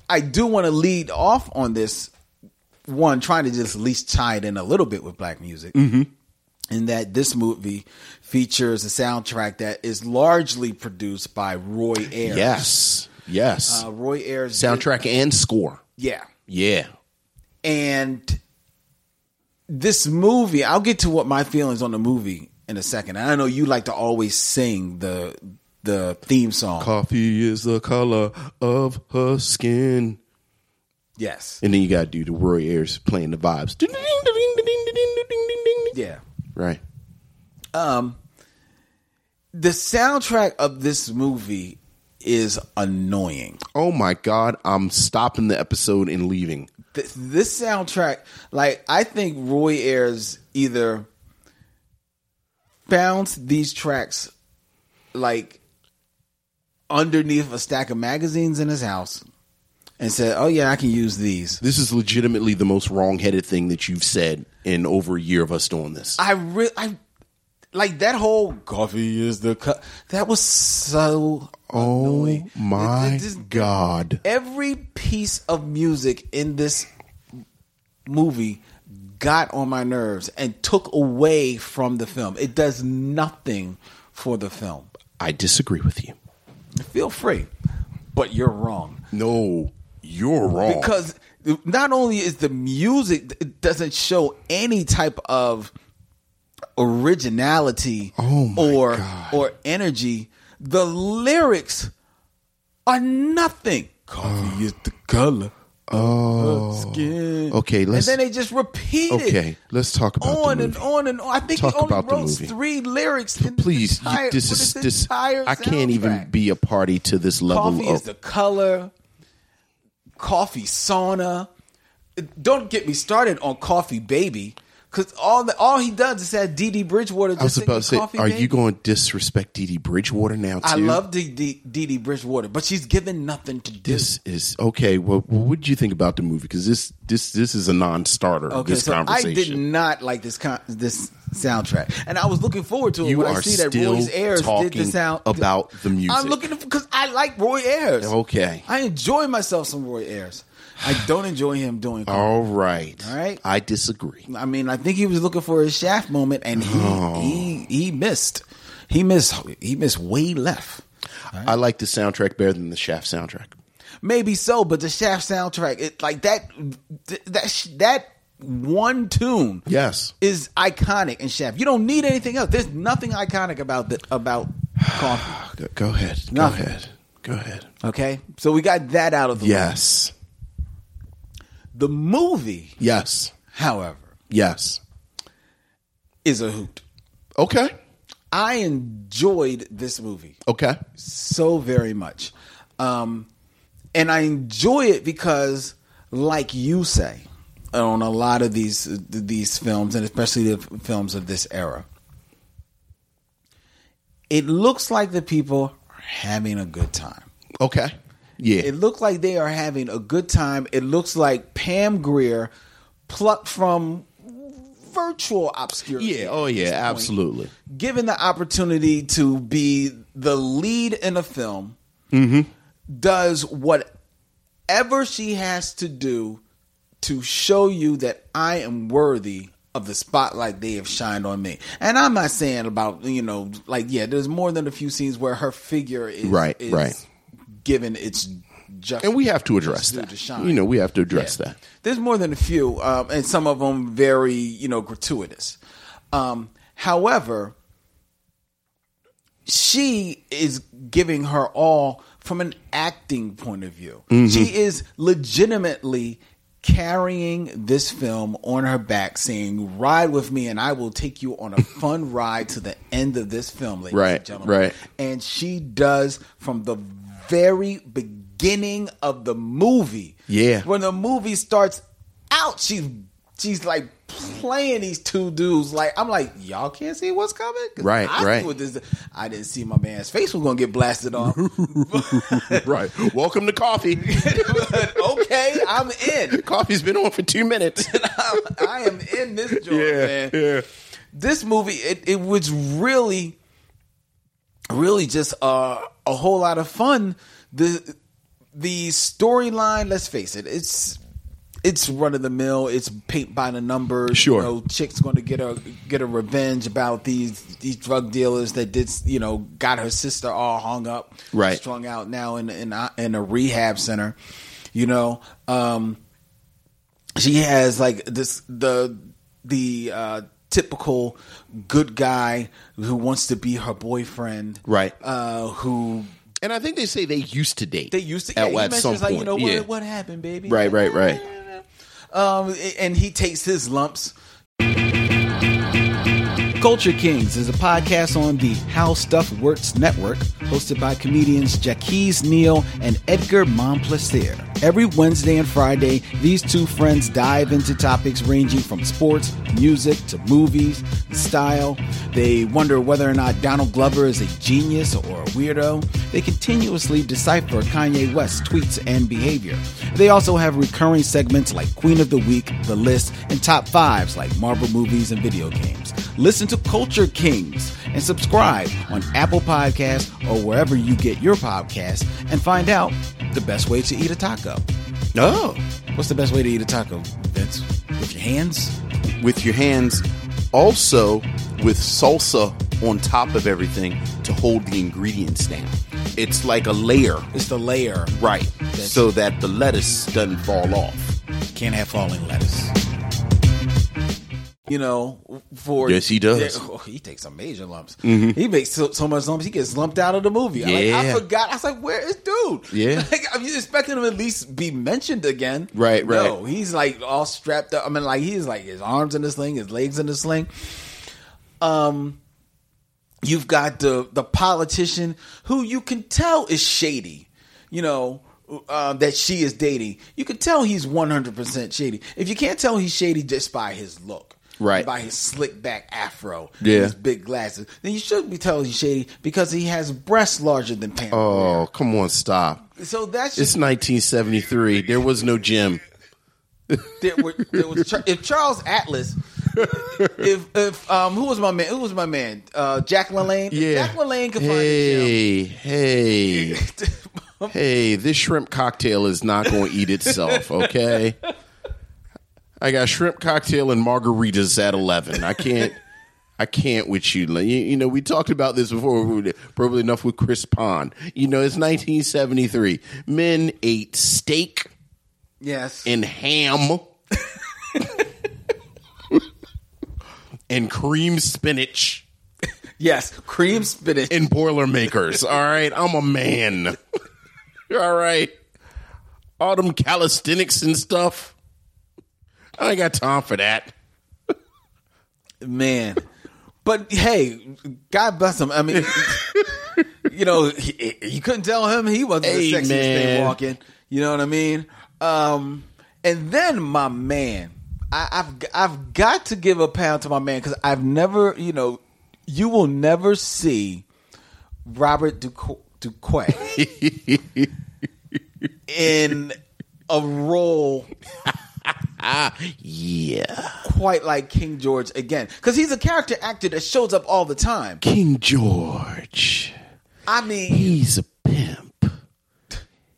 S2: I do want to lead off on this one, trying to just at least tie it in a little bit with black music. In that this movie features a soundtrack that is largely produced by Roy Ayers.
S1: yes, yes,
S2: Uh, Roy Ayers. did-
S1: soundtrack and score.
S2: yeah.
S1: Yeah,
S2: And this movie, I'll get to what my feelings on the movie in a second. And I know you like to always sing the the theme song.
S1: coffee is the color of her skin.
S2: yes.
S1: And then you got to do the Roy Ayers playing the vibes.
S2: Yeah.
S1: Right.
S2: the soundtrack of this movie is annoying.
S1: Oh my God, I'm stopping the episode and leaving.
S2: Th- this soundtrack, like I think Roy Ayers either found these tracks like underneath a stack of magazines in his house and said, "Oh yeah, I can use these."
S1: This is legitimately the most wrong-headed thing that you've said in over a year of us doing this.
S2: I re- I like that whole coffee is the cup. That was so
S1: oh
S2: annoying.
S1: my
S2: It- it just-
S1: God.
S2: every piece of music in this movie got on my nerves and took away from the film. It does nothing for the film.
S1: I disagree with you.
S2: Feel free, but you're wrong
S1: No, you're wrong.
S2: because not only is the music it doesn't show any type of originality
S1: Oh my
S2: or
S1: God.
S2: or energy the lyrics are nothing coffee is the color
S1: oh.
S2: skin.
S1: Okay, let's-
S2: And then they just repeat it.
S1: Okay, let's talk about the
S2: Uh, on and
S1: movie.
S2: on and on. I think
S1: Talk
S2: he only
S1: about the
S2: wrote
S1: movie.
S2: three lyrics. In
S1: Please,
S2: this entire,
S1: you, this
S2: for
S1: is
S2: this
S1: this.
S2: entire
S1: I can't even
S2: soundtrack.
S1: be a party to this level
S2: Coffee
S1: of.
S2: is the color. Coffee sauna. Don't get me started on coffee baby, because all the, all he does is have Dee Dee Bridgewater. Just
S1: I was about to say,
S2: coffee
S1: are
S2: baby.
S1: you going to disrespect Dee Dee Bridgewater now? Too?
S2: I love Dee Dee Dee Dee Bridgewater, but she's given nothing to do.
S1: This is okay. Well, what did you think about the movie? Because this this this is a non-starter. this conversation.
S2: I did not like this con- this soundtrack, and I was looking forward to it
S1: You
S2: when I
S1: are
S2: see that
S1: still
S2: Roy Ayers did the
S1: talking
S2: sound
S1: about the music.
S2: I'm looking because I like Roy Ayers.
S1: Okay.
S2: I enjoy myself some Roy Ayers. I don't enjoy him doing.
S1: All right.
S2: All right.
S1: I disagree.
S2: I mean, I think he was looking for his shaft moment, and he
S1: Oh.
S2: he, he missed. He missed. He missed way left.
S1: I like the soundtrack better than the Shaft soundtrack.
S2: Maybe so, but the Shaft soundtrack, it like that th- that sh- that one tune,
S1: Yes.
S2: is iconic in Shaft. You don't need anything else. There's nothing iconic about the about coffee.
S1: Go, go ahead. Go
S2: Nothing.
S1: ahead. Go ahead.
S2: Okay, so we got that out of the way.
S1: Yes.
S2: The movie,
S1: Yes.
S2: however,
S1: Yes.
S2: is a hoot.
S1: Okay.
S2: I enjoyed this movie.
S1: Okay.
S2: so very much. Um, and I enjoy it because, like you say, on a lot of these these films, and especially the films of this era, it looks like the people are having a good time.
S1: Okay. Yeah.
S2: It looks like they are having a good time. It looks like Pam Greer plucked from virtual obscurity.
S1: yeah. Oh yeah. Absolutely.
S2: given the opportunity to be the lead in a film,
S1: Mm-hmm.
S2: does whatever she has to do to show you that I am worthy of the spotlight they have shined on me. And I'm not saying about, you know, like, yeah, there's more than a few scenes where her figure is,
S1: Right,
S2: is
S1: right.
S2: given its just.
S1: And we have to address
S2: due
S1: that.
S2: to shine.
S1: You know, we have to address
S2: Yeah.
S1: that.
S2: There's more than a few, um, and some of them very, you know, gratuitous. Um, however, she is giving
S4: Mm-hmm.
S2: her all from an acting point of view. She is legitimately carrying this film on her back, saying, "Ride with me, and I will take you on a fun ride to the end of this film, ladies
S4: Right,
S2: and gentlemen."
S4: right.
S2: And she does from the very beginning of the movie.
S4: Yeah.
S2: when the movie starts out, she's she's like playing these two dudes. Like I'm like, y'all can't see what's coming. 'Cause
S4: Right,
S2: I knew
S4: right.
S2: what this- I didn't see my man's face was gonna get blasted off.
S4: right. Welcome to coffee.
S2: but okay, I'm in.
S4: Coffee's been on for two minutes.
S2: I'm, I am in this joint, man.
S4: yeah.
S2: This movie, it, it was really, really just uh, a whole lot of fun. The the storyline, let's face it, it's it's run of the mill. It's paint by the numbers.
S4: Sure.
S2: you know, chick's going to get a get a revenge about these these drug dealers that did you know got her sister all hung up,
S4: Right.
S2: strung out now in in a- in a rehab center. You know, um, she has like this the the uh typical good guy who wants to be her boyfriend
S4: Right.
S2: uh who
S4: And I think they say they used to date.
S2: they used to yeah,
S4: at,
S2: he
S4: at some
S2: mentions,
S4: point.
S2: like you know what,
S4: yeah.
S2: what happened baby
S4: Right, right, right.
S2: um and he takes his lumps Culture Kings is a podcast on the How Stuff Works Network, hosted by comedians Jackie's Neal and Edgar Monplaisir. Every Wednesday and Friday, these two friends dive into topics ranging from sports, music, to movies, style. They wonder whether or not Donald Glover is a genius or a weirdo. They continuously decipher Kanye West's tweets and behavior. They also have recurring segments like Queen of the Week, The List, and Top Fives like Marvel movies and video games. Listen to Culture Kings and subscribe on Apple Podcasts or wherever you get your podcasts and find out the best way to eat a taco.
S4: No.
S2: What's the best way to eat a taco, Vince? With your hands?
S4: With your hands, also with salsa on top of everything to hold the ingredients down. It's like a layer.
S2: It's the layer.
S4: Right. so that the lettuce doesn't fall off.
S2: Can't have falling lettuce. You know, for
S4: Yes, he does.
S2: Yeah, oh, he takes some major lumps. He makes so, so much lumps. He gets lumped out of the movie. I- like, I
S4: Yeah.
S2: forgot. I was like, "Where is dude?"
S4: Yeah.
S2: like I'm expecting him to at least be mentioned again.
S4: Right, right.
S2: No, he's like all strapped up. I mean, like he's like his arms in the sling, his legs in the sling. Um, you've got the the politician who you can tell is shady. You know. Uh, that she is dating, you can tell he's one hundred percent shady. If you can't tell he's shady just by his look,
S4: Right.
S2: by his slick back afro, and
S4: Yeah.
S2: his big glasses, then you should be telling he's shady because he has breasts larger than pants.
S4: Oh, come on, stop.
S2: so that's just
S4: It's 1973. There was no gym.
S2: there were, there was Char- if Charles Atlas, if if um who was my man? Who was my man? Uh, Jack LaLanne. If
S4: Yeah.
S2: Jack LaLanne could
S4: Hey, hey,
S2: find a gym.
S4: hey, this shrimp cocktail is not going to eat itself, okay? I got shrimp cocktail and margaritas at 11. I can't. I can't with you. Like, You, you know, we talked about this before, we did- probably enough with Chris Pond. You know, it's 1973. Men ate steak
S2: yes.
S4: and ham and cream spinach
S2: yes. Cream spinach.
S4: and Boilermakers. All right, I'm a man. All right, all them calisthenics and stuff. I ain't got time for that.
S2: man. But hey, God bless him. I mean, you know, he, he- you couldn't tell him he wasn't the
S4: Hey,
S2: sexiest thing
S4: man.
S2: walking. You know what I mean? Um, and then my man, I, I've g- I've got to give a pound to my man because I've never, you know, you will never see Robert Duqu- Duquay in a role
S4: Yeah,
S2: quite like King George again because he's a character actor that shows up all the time.
S4: King George.
S2: I mean,
S4: He's a pimp.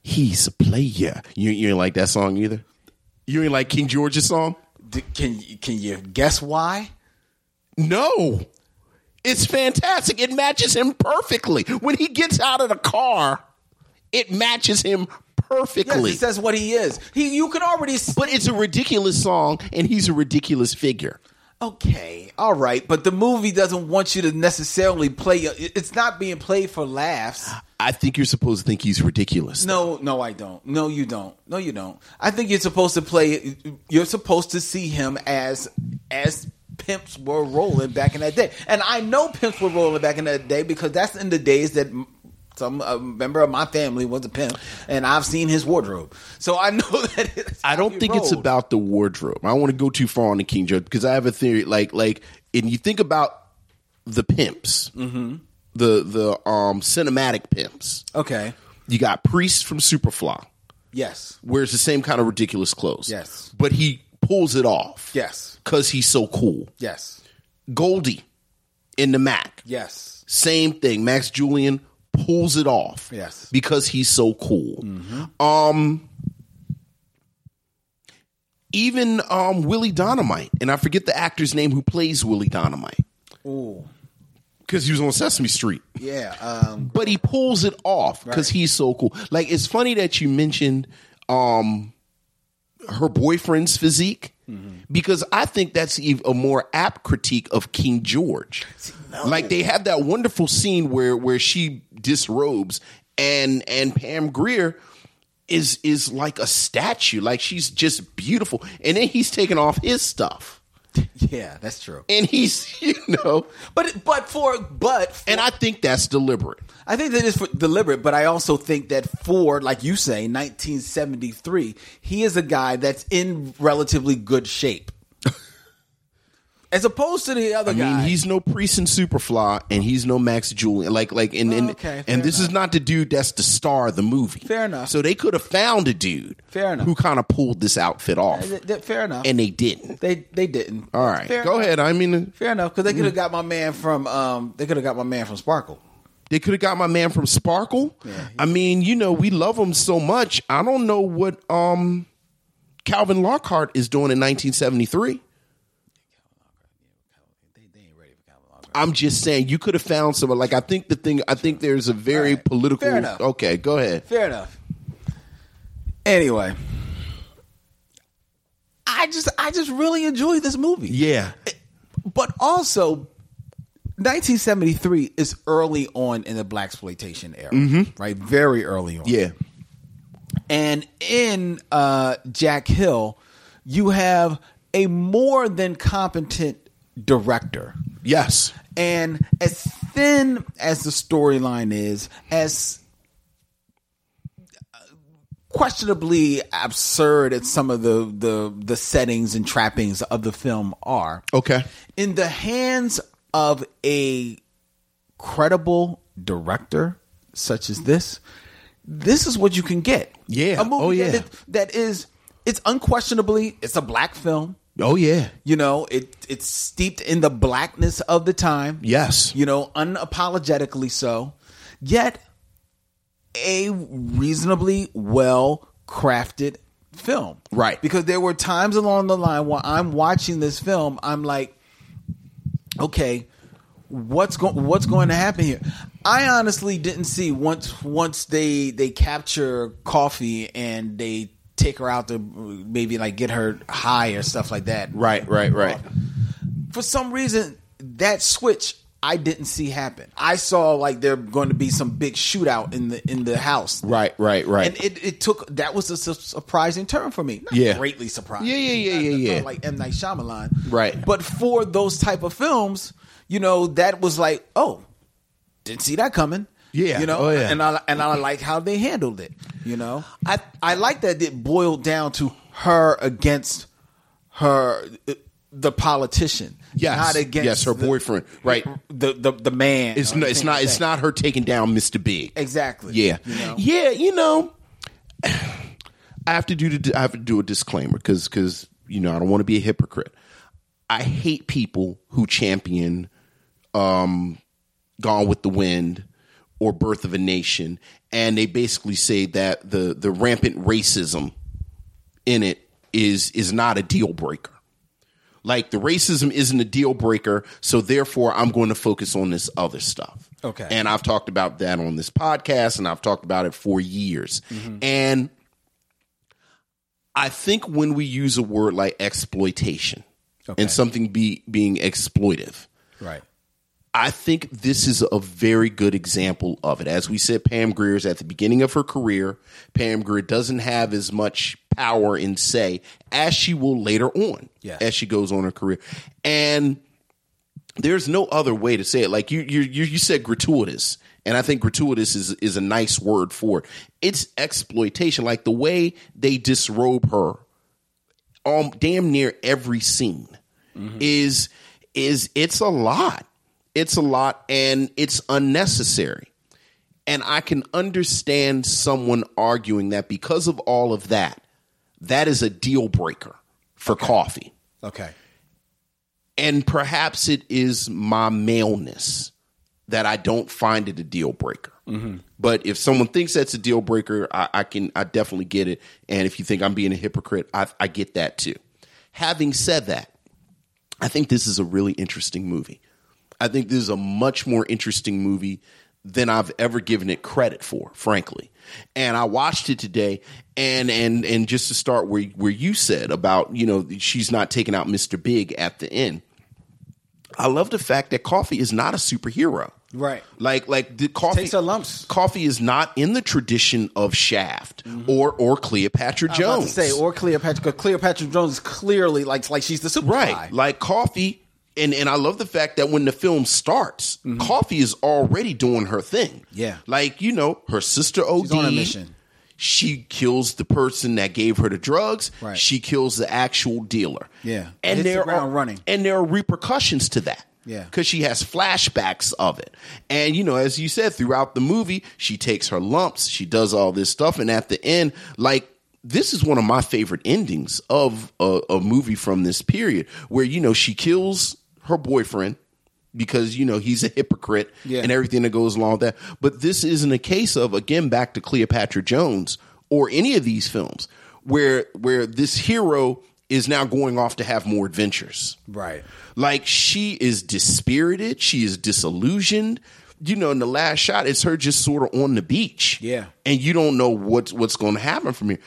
S4: He's a player. You you ain't like that song either. You ain't like King George's song.
S2: d- can can you guess why?
S4: No. It's fantastic. It matches him perfectly. When he gets out of the car, it matches him
S2: Yes,
S4: perfectly.
S2: it says what he is. He you can already. s-
S4: but it's a ridiculous song, and he's a ridiculous figure.
S2: Okay, all right, but the movie doesn't want you to necessarily play. uh, It's not being played for laughs.
S4: I think you're supposed to think he's ridiculous.
S2: No, no, I don't. No, you don't. No, you don't. I think you're supposed to play. You're supposed to see him as as pimps were rolling back in that day, and I know pimps were rolling back in that day because that's in the days that m- some a member of my family was a pimp, and I've seen his wardrobe, so I know that. It's
S4: I don't think it's about the wardrobe. I don't want to go too far on the King Judge because I have a theory. Like, like, and you think about the pimps,
S2: Mm-hmm.
S4: the the um cinematic pimps.
S2: Okay.
S4: You got Priest from Superfly
S2: Yes.
S4: wears the same kind of ridiculous clothes.
S2: Yes.
S4: but he pulls it off.
S2: Yes.
S4: because he's so cool.
S2: Yes.
S4: Goldie in the Mac.
S2: Yes.
S4: Same thing. Max Julian pulls it off.
S2: Yes.
S4: Because he's so cool. Um even um Willie Dynamite, and I forget the actor's name who plays Willie Dynamite.
S2: Ooh.
S4: Because he was on Sesame Street.
S2: Yeah. Um.
S4: But he pulls it off because
S2: Right.
S4: he's so cool. Like it's funny that you mentioned um her boyfriend's physique. Because I think that's ev- a more apt critique of King George. Like they have that wonderful scene where where she disrobes and and Pam Greer is is like a statue. Like she's just beautiful. And then he's taking off his stuff.
S2: Yeah, that's true.
S4: And he's you know
S2: But but for but for,
S4: and I think that's deliberate.
S2: I think that is for deliberate, but I also think that Ford, like you say, 1973, he is a guy that's in relatively good shape. As opposed to the other
S4: I
S2: guy.
S4: mean, he's no priest in Superfly, and he's no Max Julian. Like, like, and and,
S2: Okay, fair
S4: and this is
S2: enough.
S4: not the dude that's the star of the movie.
S2: Fair enough.
S4: So they could have found a dude,
S2: Fair enough.
S4: who kind of pulled this outfit off,
S2: Th- th- fair enough.
S4: and they didn't.
S2: they they didn't.
S4: All right,
S2: Fair
S4: go
S2: enough.
S4: ahead. Mm-hmm. I mean,
S2: Fair enough, because they could have got my man from um they could have got my man from Sparkle.
S4: they could have got my man from Sparkle.
S2: Yeah.
S4: I mean, you know, we love him so much. I don't know what um Calvin Lockhart is doing in 1973. I'm just saying you could have found someone. Like I think the thing. I think there's a very
S2: All right.
S4: political.
S2: Fair enough.
S4: Okay, go ahead.
S2: Fair enough. Anyway. I just I just really enjoyed this movie.
S4: Yeah.
S2: but also 1973 is early on in the black exploitation era, right? Very early on.
S4: Yeah.
S2: And in uh, Jack Hill, you have a more than competent director.
S4: Yes.
S2: And as thin as the storyline is, as uh, questionably absurd as some of the, the the settings and trappings of the film are,
S4: Okay.
S2: in the hands of a credible director such as this, this is what you can get.
S4: Yeah.
S2: a movie
S4: Oh, yeah.
S2: That, is- that is, it's unquestionably, it's a black film.
S4: Oh yeah.
S2: You know, it it's steeped in the blackness of the time.
S4: Yes.
S2: you know, unapologetically so. Yet, a reasonably well crafted film,
S4: Right.
S2: Because there were times along the line while I'm watching this film, I'm like, okay, what's going what's going to happen here? I honestly didn't see once once they they capture Coffee and they take her out to maybe like get her high or stuff like that.
S4: Right. Right. Right.
S2: For some reason, that switch I didn't see happen. I saw like there going to be some big shootout in the in the house.
S4: Right. Right. Right.
S2: And it, it took that was a su- surprising turn for me. Not
S4: Yeah.
S2: greatly surprising.
S4: Yeah, yeah, yeah,
S2: Not-
S4: yeah,
S2: not
S4: yeah.
S2: Like M Night Shyamalan.
S4: Right.
S2: But for those type of films, you know, that was like, oh, didn't see that coming.
S4: Yeah.
S2: you know,
S4: Oh, yeah.
S2: and I and I like how they handled it. You know, I I like that it boiled down to her against her uh, the politician.
S4: yes.
S2: not against
S4: yes. Her
S2: the-
S4: boyfriend. Right.
S2: the the, the man.
S4: It's not. It's not. It's not her taking down Mr. Big.
S2: exactly.
S4: Yeah.
S2: you know?
S4: Yeah. You know. I have to do. The, I have to do a disclaimer because because you know I don't want to be a hypocrite. I hate people who champion um, Gone with the Wind or Birth of a Nation, and they basically say that the the rampant racism in it is is not a deal breaker. Like the racism isn't a deal breaker, so therefore I'm going to focus on this other stuff.
S2: Okay.
S4: And I've talked about that on this podcast and I've talked about it for years.
S2: Mm-hmm.
S4: And I think when we use a word like exploitation,
S2: Okay.
S4: and something be being exploitive.
S2: Right.
S4: I think this is a very good example of it. As we said, Pam Greer is at the beginning of her career. Pam Greer doesn't have as much power and say as she will later on,
S2: Yes.
S4: as she goes on her career. And there's no other way to say it. Like you, you, you, you said gratuitous, and I think gratuitous is is a nice word for it. It's exploitation, like the way they disrobe her, um, damn near every scene is is it's a lot. It's a lot, and it's unnecessary. And I can understand someone arguing that because of all of that, that is a deal breaker for coffee
S2: Okay.
S4: and perhaps it is my maleness that I don't find it a deal breaker. But if someone thinks that's a deal breaker, I, I can I definitely get it. And if you think I'm being a hypocrite, I, I get that too. Having said that, I think this is a really interesting movie. I think this is a much more interesting movie than I've ever given it credit for, frankly. And I watched it today, and and and just to start where where you said about you know she's not taking out Mr. Big at the end. I love the fact that Coffee is not a superhero,
S2: Right.
S4: Like like the Coffee
S2: Takes her lumps.
S4: Coffee is not in the tradition of Shaft or or Cleopatra
S2: Mm-hmm. I was about to say
S4: Jones.
S2: or Cleopatra. 'cause Cleopatra Jones is clearly like like she's the super
S4: right
S2: spy.
S4: like coffee and and i love the fact that when the film starts coffee is already doing her thing
S2: Mm-hmm. Yeah.
S4: like you know her sister od
S2: on a mission.
S4: she kills the person that gave her the drugs
S2: Right.
S4: she kills the actual dealer
S2: Yeah.
S4: and
S2: Hits the
S4: there are
S2: ground running.
S4: and there are repercussions to that
S2: Yeah.
S4: because she has flashbacks of it and you know as you said throughout the movie she takes her lumps she does all this stuff and at the end like this is one of my favorite endings of a, a movie from this period where you know she kills her boyfriend because you know he's a hypocrite
S2: Yeah.
S4: and everything that goes along with that but this isn't a case of again back to cleopatra jones or any of these films where where this hero is now going off to have more adventures
S2: Right.
S4: like she is dispirited, she is disillusioned. You know, in the last shot, it's her just sort of on the beach.
S2: Yeah.
S4: and you don't know what's what's going to happen from here.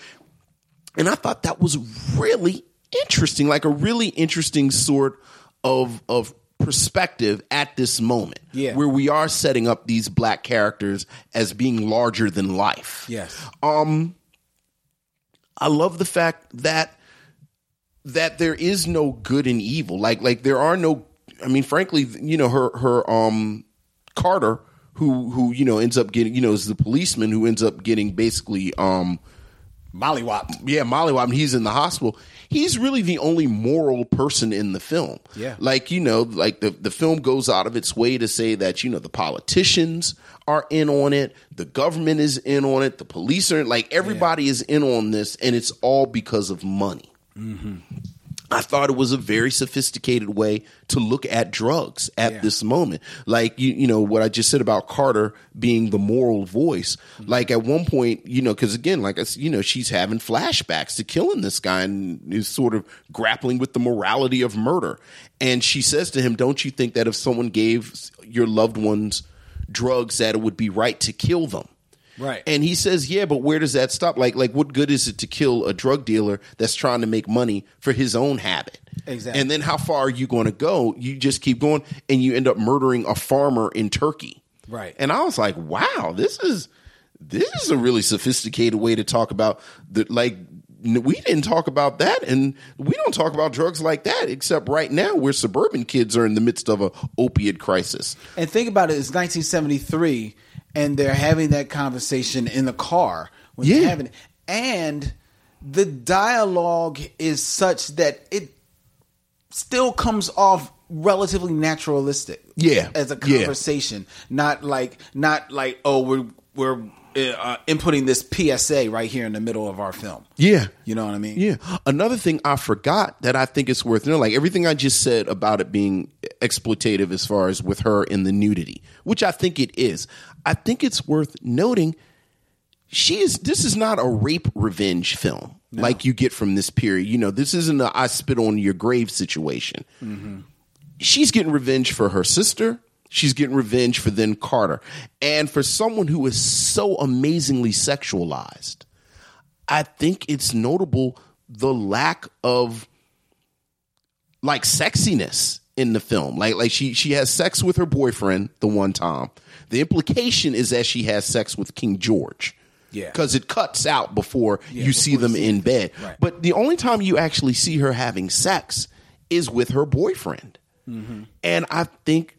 S4: And I thought that was really interesting, like a really interesting sort of of perspective at this moment,
S2: Yeah.
S4: where we are setting up these black characters as being larger than life.
S2: Yes.
S4: I love the fact that that there is no good and evil. Like like there are no I mean frankly, you know, her her um Carter who who you know ends up getting, you know, is the policeman who ends up getting basically um
S2: Mollywopped.
S4: yeah, Molly Wobbin, he's in the hospital. He's really the only moral person in the film.
S2: Yeah.
S4: Like, you know, like the, the film goes out of its way to say that, you know, the politicians are in on it, the government is in on it, the police are like everybody is in on this, and it's all because of money. I thought it was a very sophisticated way to look at drugs at
S2: Yeah.
S4: this moment. Like you, you know what I just said about Carter being the moral voice. Like at one point, you know, because again, like I, s- you know, she's having flashbacks to killing this guy and is sort of grappling with the morality of murder. And she says to him, "Don't you think that if someone gave s- your loved ones drugs, that it would be right to kill them?"
S2: Right.
S4: And he says, "Yeah, but where does that stop? Like, like what good is it to kill a drug dealer that's trying to make money for his own habit?
S2: Exactly.
S4: And then how far are you going to go? You just keep going, and you end up murdering a farmer in Turkey.
S2: Right.
S4: And I was like, wow, this is this is a really sophisticated way to talk about the like. n- We didn't talk about that, and we don't talk about drugs like that, except right now where suburban kids are in the midst of a opiate crisis.
S2: And think about it, it's 1973, and they're having that conversation in the car when
S4: Yeah.
S2: they're having it. And the dialogue is such that it still comes off relatively naturalistic.
S4: Yeah.
S2: As a
S4: Yeah.
S2: conversation, not like not like oh we're we're uh, inputting this PSA right here in the middle of our film.
S4: Yeah,
S2: You know what I mean?
S4: Yeah. Another thing I forgot that I think it's worth knowing, like everything I just said about it being exploitative as far as with her and the nudity, which I think it is. I think it's worth noting she is this is not a rape revenge film like you get from this period. You know, this isn't a I spit on your grave situation she's getting revenge for her sister. She's getting revenge for then Carter. And for someone who is so amazingly sexualized, I think it's notable the lack of like sexiness in the film. Like like she she has sex with her boyfriend the one time. The implication is that she has sex with King George.
S2: Yeah.
S4: Because it cuts out before you see
S2: before
S4: them
S2: you see
S4: in bed.
S2: Right.
S4: But the only time you actually see her having sex is with her boyfriend.
S2: Mm-hmm.
S4: And I think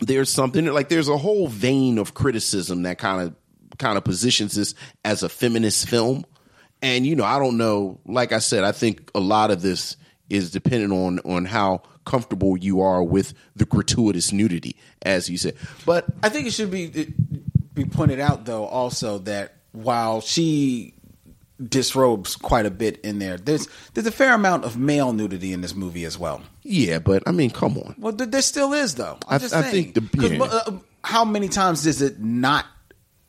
S4: there's something like there's a whole vein of criticism that kind of kind of positions this as a feminist film and you know i don't know like i said i think a lot of this is dependent on on how comfortable you are with the gratuitous nudity as you said but
S2: I think it should be it, be pointed out though also that while she disrobes quite a bit in there, there's there's a fair amount of male nudity in this movie as well.
S4: yeah but i mean come on
S2: Well, th- there still is though. I'm
S4: I-
S2: just
S4: I
S2: saying.
S4: think the-
S2: 'Cause,
S4: yeah.
S2: mo- uh, how many times is it not?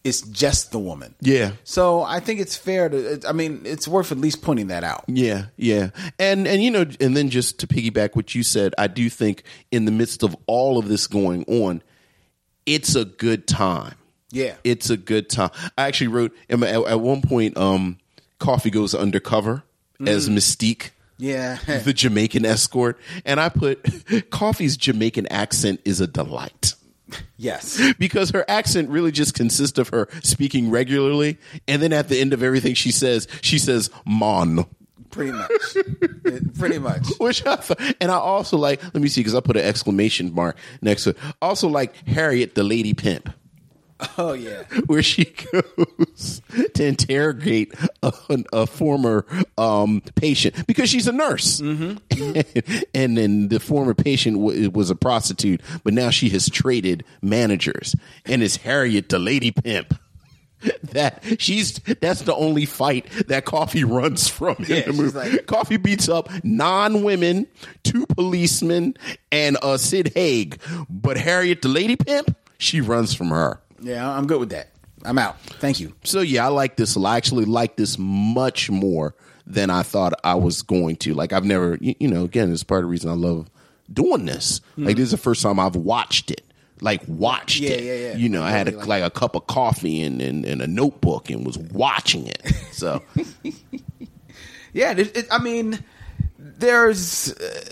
S2: It's just the woman.
S4: Yeah.
S2: So I think it's fair to. It, I mean, it's worth at least pointing that out.
S4: yeah yeah and and you know and then just to piggyback what you said i do think in the midst of all of this going on it's a good time
S2: Yeah.
S4: it's a good time. I actually wrote at, at one point, um, "Coffee goes undercover" as Mystique,
S2: Mm. yeah.
S4: the Jamaican escort, and I put Coffee's Jamaican accent is a delight
S2: yes.
S4: because her accent really just consists of her speaking regularly, and then at the end of everything she says, she says "mon."
S2: Pretty much. It- pretty much.
S4: Which I thought, and I also like. Let me see, because I put an exclamation mark next to it. Also, like Harriet, the lady pimp.
S2: Oh yeah.
S4: where she goes to interrogate a, a former um, patient because she's a nurse,
S2: Mm-hmm.
S4: and, then the former patient w- was a prostitute, but now she has traded managers and is Harriet the lady pimp. That she's that's the only fight that Coffee runs from in
S2: Yeah,
S4: the
S2: she's
S4: movie.
S2: like-
S4: Coffee beats up non women, two policemen, and uh, Sid Haig, but Harriet the lady pimp, she runs from her.
S2: Yeah. I'm good with that. I'm out. Thank you.
S4: So yeah, I like this. I actually like this much more than I thought I was going to. Like I've never, you, you know, again, it's part of the reason I love doing this. Like this is the first time I've watched it. Like watched
S2: Yeah,
S4: it.
S2: yeah, yeah.
S4: You know, I had a, like, a cup of coffee and, and, and a notebook and was watching it. So
S2: Yeah, it, it, I mean, there's uh,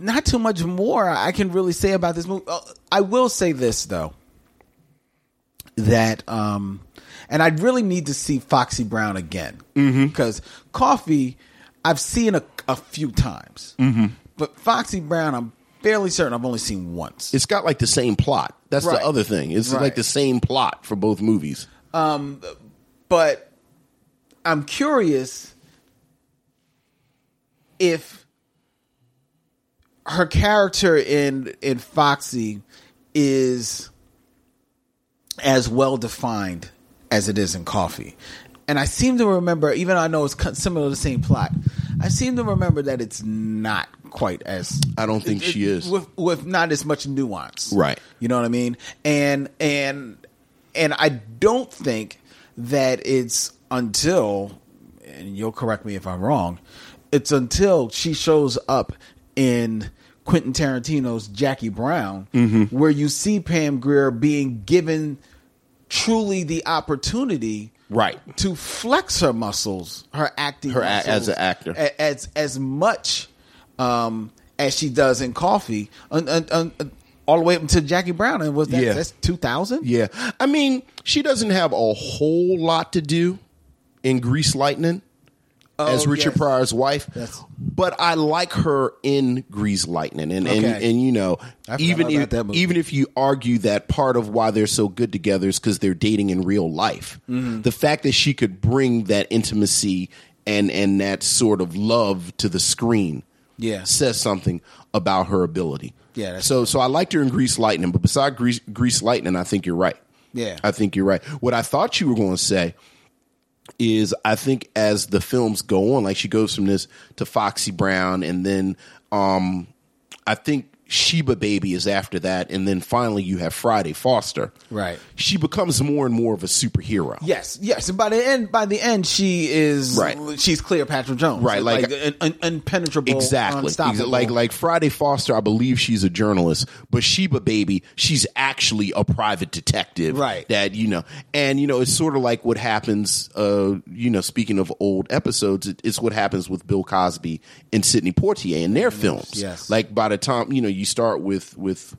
S2: not too much more I can really say about this movie. Uh, I will say this though, that um, and I really need to see Foxy Brown again because Coffee I've seen a, a few times, but Foxy Brown I'm fairly certain I've only seen once.
S4: it's got like the same plot. That's
S2: Right.
S4: the other thing. It's
S2: Right.
S4: like the same plot for both movies.
S2: but I'm curious if her character in in Foxy is as well defined as it is in Coffee. And I seem to remember, even though I know it's co- similar to the same plot, I seem to remember that it's not quite as
S4: I don't think she
S2: it-
S4: is.
S2: with with not as much nuance,
S4: Right.
S2: You know what I mean? And and and I don't think that it's until and you'll correct me if I'm wrong. It's until she shows up in Quentin Tarantino's Jackie Brown,
S4: Mm-hmm.
S2: where you see Pam Grier being given truly the opportunity,
S4: Right.
S2: to flex her muscles, her acting,
S4: Her a-
S2: muscles,
S4: as an actor.
S2: a- as as much um, as she does in Coffee, un, un, un, un- all the way up until Jackie Brown, and was that
S4: Yeah.
S2: that's two thousand?
S4: Yeah. I mean, she doesn't have a whole lot to do in Grease Lightning as Richard
S2: Oh, yes.
S4: Pryor's wife.
S2: That's-
S4: But I like her in Grease Lightning. And and,
S2: Okay.
S4: and you know,
S2: forgot
S4: even
S2: about
S4: if,
S2: that movie.
S4: even if you argue that part of why they're so good together is because they're dating in real life,
S2: Mm-hmm.
S4: the fact that she could bring that intimacy and and that sort of love to the screen
S2: Yeah.
S4: says something about her ability.
S2: Yeah, that's-
S4: So so I liked her in Grease Lightning, but beside Grease, Grease Lightning, I think you're right.
S2: Yeah.
S4: I think you're right. What I thought you were going to say is I think as the films go on, like she goes from this to Foxy Brown, and then um, I think Sheba Baby is after that, and then finally you have Friday Foster.
S2: Right.
S4: She becomes more and more of a superhero.
S2: Yes, yes. And by the end, by the end, she is
S4: Right.
S2: She's Cleopatra Jones,
S4: Right, like-
S2: an, an impenetrable,
S4: Exactly. Exa-
S2: unstoppable.
S4: Like like Friday Foster, I believe she's a journalist, but Sheba Baby, she's actually a private detective.
S2: Right.
S4: That you know, and you know, it's sort of like what happens. Uh, you know, speaking of old episodes, it, it's what happens with Bill Cosby and Sidney Poitier in their films.
S2: yes.
S4: Like by the time you know, you start with with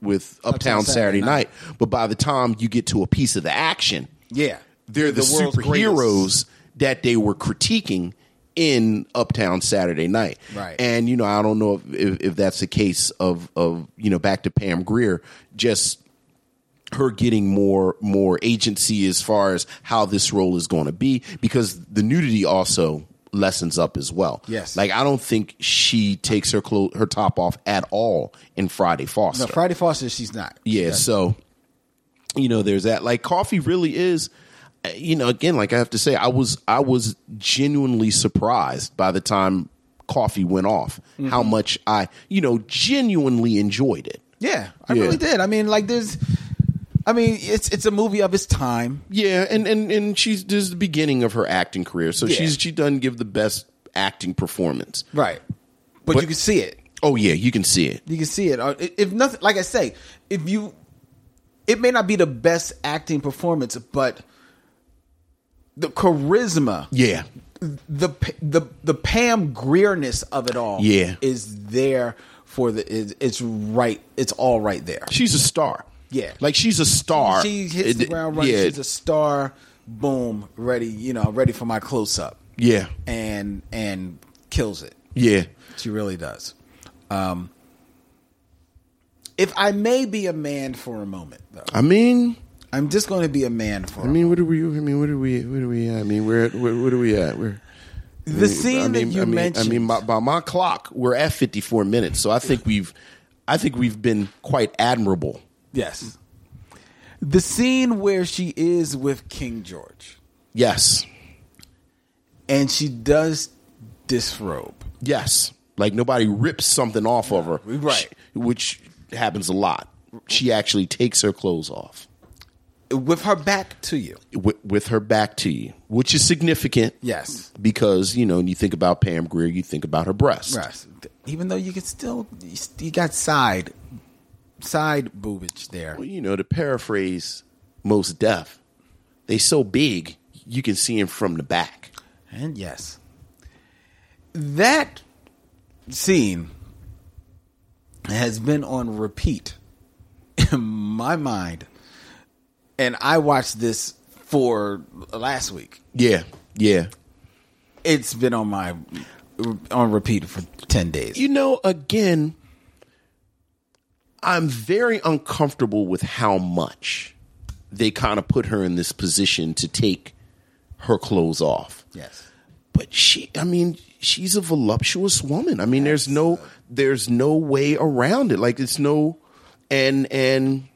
S4: with Uptown, Saturday, night, but by the time you get to a piece of the action,
S2: yeah,
S4: they're the,
S2: world's greatest.
S4: superheroes that they were critiquing in Uptown Saturday Night.
S2: Right.
S4: And you know, I don't know if, if, if that's the case of of you know back to Pam Greer, just her getting more more agency as far as how this role is going to be because the nudity also lessens up as well.
S2: Yes.
S4: Like I don't think she takes her clo- her top off at all in Friday Foster.
S2: No, Friday Foster, she's not.
S4: Yeah, so you know, there's that. Like coffee really is uh, you know, again, like I have to say, I was I was genuinely surprised by the time coffee went off how
S2: Mm-hmm.
S4: much I, you know, genuinely enjoyed it.
S2: Yeah, I
S4: Yeah.
S2: really did. I mean, like there's, I mean, it's it's a movie of its time.
S4: Yeah, and and and she's this is the beginning of her acting career. So
S2: Yeah.
S4: she's she doesn't give the best acting performance.
S2: Right. But,
S4: But-
S2: you can see it.
S4: Oh yeah, you can see it.
S2: You can see it. Uh, i- If nothing, like I say, if you, it may not be the best acting performance, but the charisma,
S4: Yeah.
S2: the p- the the Pam Greerness of it all,
S4: Yeah.
S2: is there for the. Is, it's right. It's all right there.
S4: She's a star.
S2: Yeah.
S4: Like she's a star.
S2: She hits the
S4: It-
S2: ground running.
S4: Yeah.
S2: She's a star. Boom, ready. You know, ready for my close up.
S4: yeah.
S2: and and kills it.
S4: Yeah.
S2: She really does. Um, if I may be a man for a moment, though,
S4: I mean,
S2: I'm just going to be a man for.
S4: I mean, what are we? I mean, what are we? What are we at? I mean, we're at. Where, what are we at? We're
S2: a moment. the scene
S4: I mean,
S2: that you
S4: I mean,
S2: mentioned.
S4: I mean, by, by my clock, we're at fifty-four minutes. So I think we've, I think we've been quite admirable.
S2: yes, the scene where she is with King George
S4: Yes,
S2: and she does disrobe.
S4: yes. Like nobody rips something off of her,
S2: Right.
S4: Which happens a lot. She actually takes her clothes off
S2: With her back to you,
S4: with, with her back to you, which is significant.
S2: yes,
S4: Because you know, when you think about Pam Greer, you think about her breasts.
S2: yes. Even though you can still, you got side, side boobage there.
S4: Well, you know, to paraphrase most deaf, they so big you can see him from the back.
S2: And yes, that scene has been on repeat in my mind. And I watched this for last week.
S4: Yeah, yeah.
S2: It's been on my on repeat for 10 days.
S4: You know, again, I'm very uncomfortable with how much they kind of put her in this position to take her clothes off.
S2: yes.
S4: But she, I mean, she's a voluptuous woman. I mean, there's no there's no way around it. Like it's no and and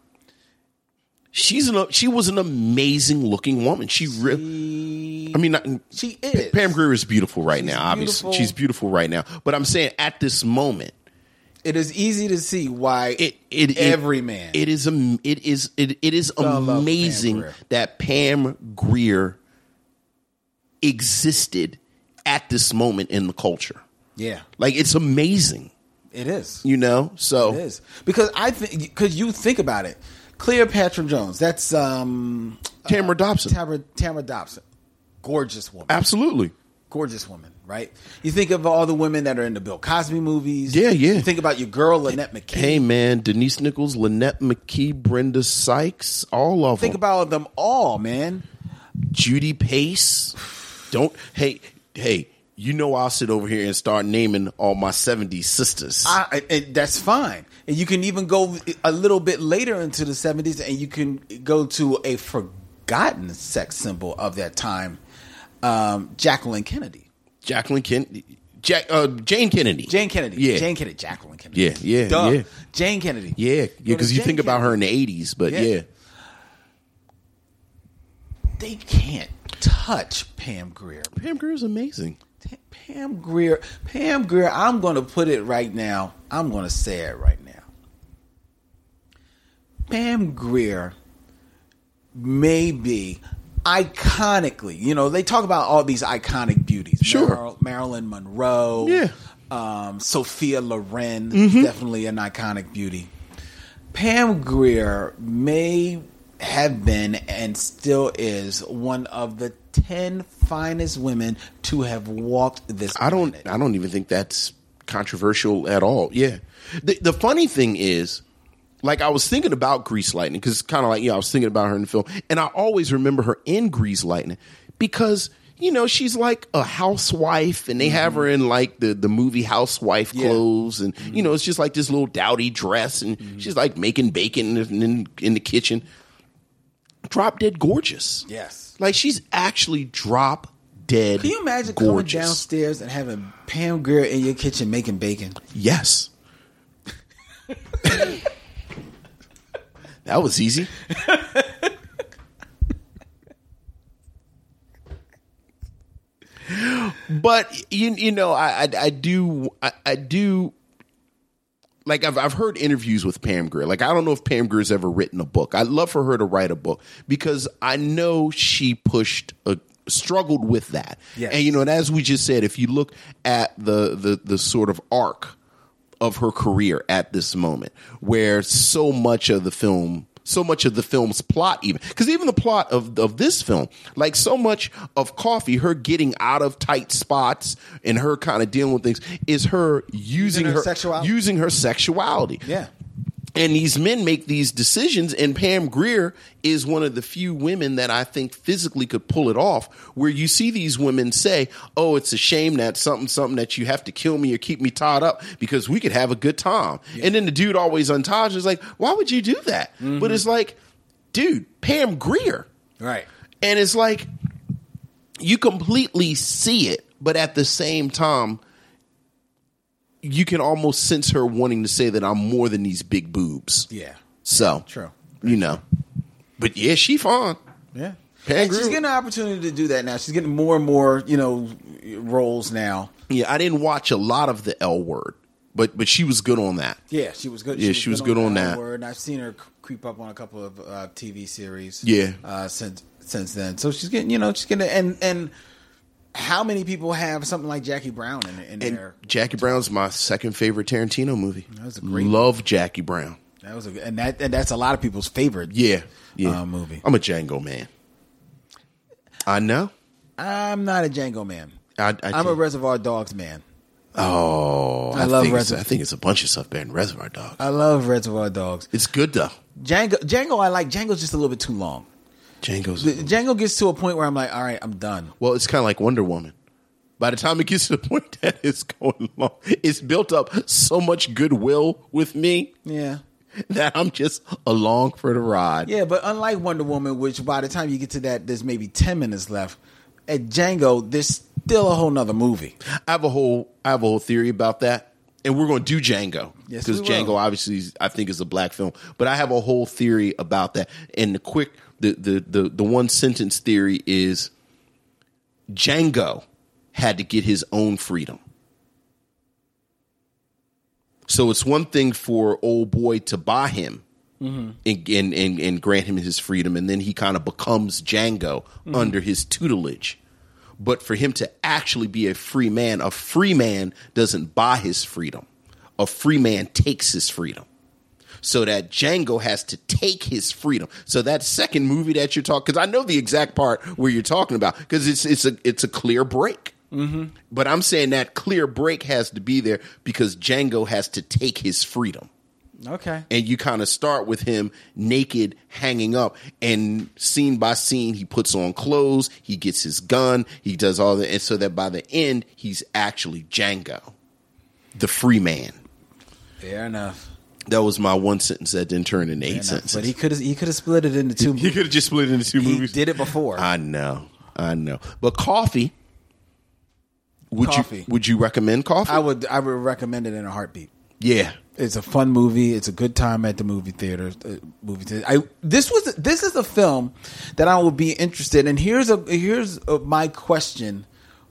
S4: she's an she was an amazing looking woman. She really I mean, not,
S2: She is.
S4: Pam Greer is beautiful right now.
S2: beautiful.
S4: Obviously, she's beautiful right now. But I'm saying at this moment,
S2: It is easy to see why
S4: it it it-
S2: every man.
S4: It is am- it is it, it is
S2: love Pam
S4: amazing
S2: Grier.
S4: that Pam Greer existed at this moment in the culture.
S2: yeah,
S4: Like it's amazing,
S2: it is.
S4: you know. So
S2: It is because I think because you think about it, Cleopatra Jones. That's um
S4: Tamara Dobson,
S2: Tamara, Tamara Dobson, gorgeous woman,
S4: absolutely.
S2: gorgeous woman, right? You think of all the women that are in the Bill Cosby movies.
S4: Yeah, yeah.
S2: You think about your girl Lynette McKee.
S4: Hey man, Denise Nichols, Lynette McKee, Brenda Sykes, all of
S2: Think
S4: them.
S2: about them all, man.
S4: Judy Pace. Don't hey hey. You know I'll sit over here and start naming all my '70s sisters.
S2: I, I- and that's fine, and you can even go a little bit later into the seventies, and you can go to a forgotten sex symbol of that time, um, Jacqueline Kennedy,
S4: Jacqueline Kennedy, Jack, uh, Jane Kennedy,
S2: Jane Kennedy,
S4: Yeah,
S2: Jane Kennedy, Jacqueline Kennedy,
S4: Yeah, yeah,
S2: Duh.
S4: yeah.
S2: Jane Kennedy,
S4: yeah, yeah.
S2: Go to
S4: Because you
S2: Jane
S4: think about
S2: Kennedy.
S4: her in the '80s, but
S2: Yeah.
S4: yeah,
S2: they can't touch Pam Greer.
S4: Pam Greer is amazing.
S2: T- Pam Greer. Pam Greer. I'm going to put it right now. I'm going to say it right now. Pam Greer may be iconically, you know, they talk about all these iconic beauties.
S4: Sure.
S2: Maril- Marilyn Monroe.
S4: Yeah. Mm-hmm.
S2: Um, Sophia Loren, definitely an iconic beauty. Pam Greer may have been and still is one of the 10 finest women to have walked this
S4: I don't.
S2: planet.
S4: I don't even think that's controversial at all. Yeah. The, the funny thing is, like I was thinking about Grease Lightning because kind of like yeah, I was thinking about her in the film, and I always remember her in Grease Lightning because you know she's like a housewife, and they have her in like the the movie housewife
S2: Yeah.
S4: clothes, and you know it's just like this little dowdy dress, and she's like making bacon in, in, in the kitchen. Drop dead gorgeous.
S2: Yes.
S4: Like she's actually drop dead.
S2: Can you imagine
S4: gorgeous.
S2: coming downstairs and having Pam Grier in your kitchen making bacon?
S4: Yes. that was easy. but you you know I I, I do I, I do like I've I've heard interviews with Pam Grier. Like I don't know if Pam Greer's ever written a book. I'd love for her to write a book because I know she pushed a struggled with that.
S2: Yes.
S4: And you know, and as we just said, if you look at the the the sort of arc of her career at this moment, where so much of the film so much of the film's plot even because even the plot of of this film like so much of coffee her getting out of tight spots and her kind of dealing with things is her using,
S2: her
S4: her,
S2: sexuality.
S4: using her sexuality
S2: Yeah.
S4: and these men make these decisions and pam greer is one of the few women that i think physically could pull it off where you see these women say oh it's a shame that something something that you have to kill me or keep me tied up because we could have a good time and then the dude always unties her. is like why would you do that but it's like dude pam greer
S2: Right.
S4: and it's like you completely see it, but at the same time, you can almost sense her wanting to say that I'm more than these big boobs.
S2: Yeah.
S4: So
S2: True.
S4: You know. But yeah, she fine.
S2: Yeah.
S4: Pam
S2: And she's
S4: Grier-
S2: getting an opportunity to do that now. She's getting more and more, you know, roles now.
S4: Yeah, I didn't watch a lot of the L word, but but she was good on that.
S2: Yeah, she was good.
S4: Yeah, she was good on
S2: Power
S4: that.
S2: Word, and I've seen her c- creep up on a couple of uh, TV series.
S4: Yeah.
S2: uh, since since then, so she's getting you know she's getting and and how many people have something like Jackie Brown in, in
S4: And
S2: there?
S4: Jackie Brown's my second favorite Tarantino movie. That
S2: was a great-
S4: Love Jackie Brown.
S2: That was a, and that and that's a lot of people's favorite.
S4: Yeah. Yeah.
S2: Uh, movie.
S4: I'm a Django man. I know.
S2: I'm not a Django man.
S4: I, I
S2: I'm a
S4: think-
S2: Reservoir Dogs man.
S4: Oh, I,
S2: love
S4: think it's-
S2: Reservoir-
S4: I think it's a bunch of stuff better than Reservoir Dogs.
S2: I love Reservoir Dogs.
S4: it's good though.
S2: Django Django I like. Django's just a little bit too long.
S4: Django's.
S2: The- Django gets to a point where I'm like, all right, I'm done.
S4: well, it's kind of like Wonder Woman. By the time it gets to the point that it's going long, it's built up so much goodwill with me
S2: Yeah.
S4: that I'm just along for the ride.
S2: Yeah, but unlike Wonder Woman, which by the time you get to that, there's maybe ten minutes left. At Django, there's still a whole nother movie.
S4: I have a whole I have a whole theory about that, and we're going to do Django
S2: Yes,
S4: because
S2: we will.
S4: Django obviously is- I think is a black film, but I have a whole theory about that. And the quick the the the, the one sentence theory is Django had to get his own freedom. So it's one thing for old boy to buy him and, and, and, and grant him his freedom, and then he kind of becomes Django under his tutelage. But for him to actually be a free man, a free man doesn't buy his freedom. A free man takes his freedom. So that Django has to take his freedom. So that second movie that you're talking, because I know the exact part where you're talking about, because it's it's a it's a clear break. But I'm saying that clear break has to be there because Django has to take his freedom
S2: Okay.
S4: and you kind of start with him naked hanging up and scene by scene he puts on clothes he gets his gun he does all that and so that by the end he's actually django the free man
S2: Fair enough.
S4: that was my one sentence that didn't turn into eight
S2: Fair enough.
S4: sentences
S2: But he could have he could have split it into two.
S4: could have just split it into two
S2: He did it before.
S4: i know i know but coffee would
S2: Coffee.
S4: you would you recommend coffee
S2: I would I would recommend it in a heartbeat.
S4: yeah
S2: It's a fun movie. It's a good time at the movie theater. Uh, movie theater. I this was this is a film that I will be interested. in. here's a here's a, my question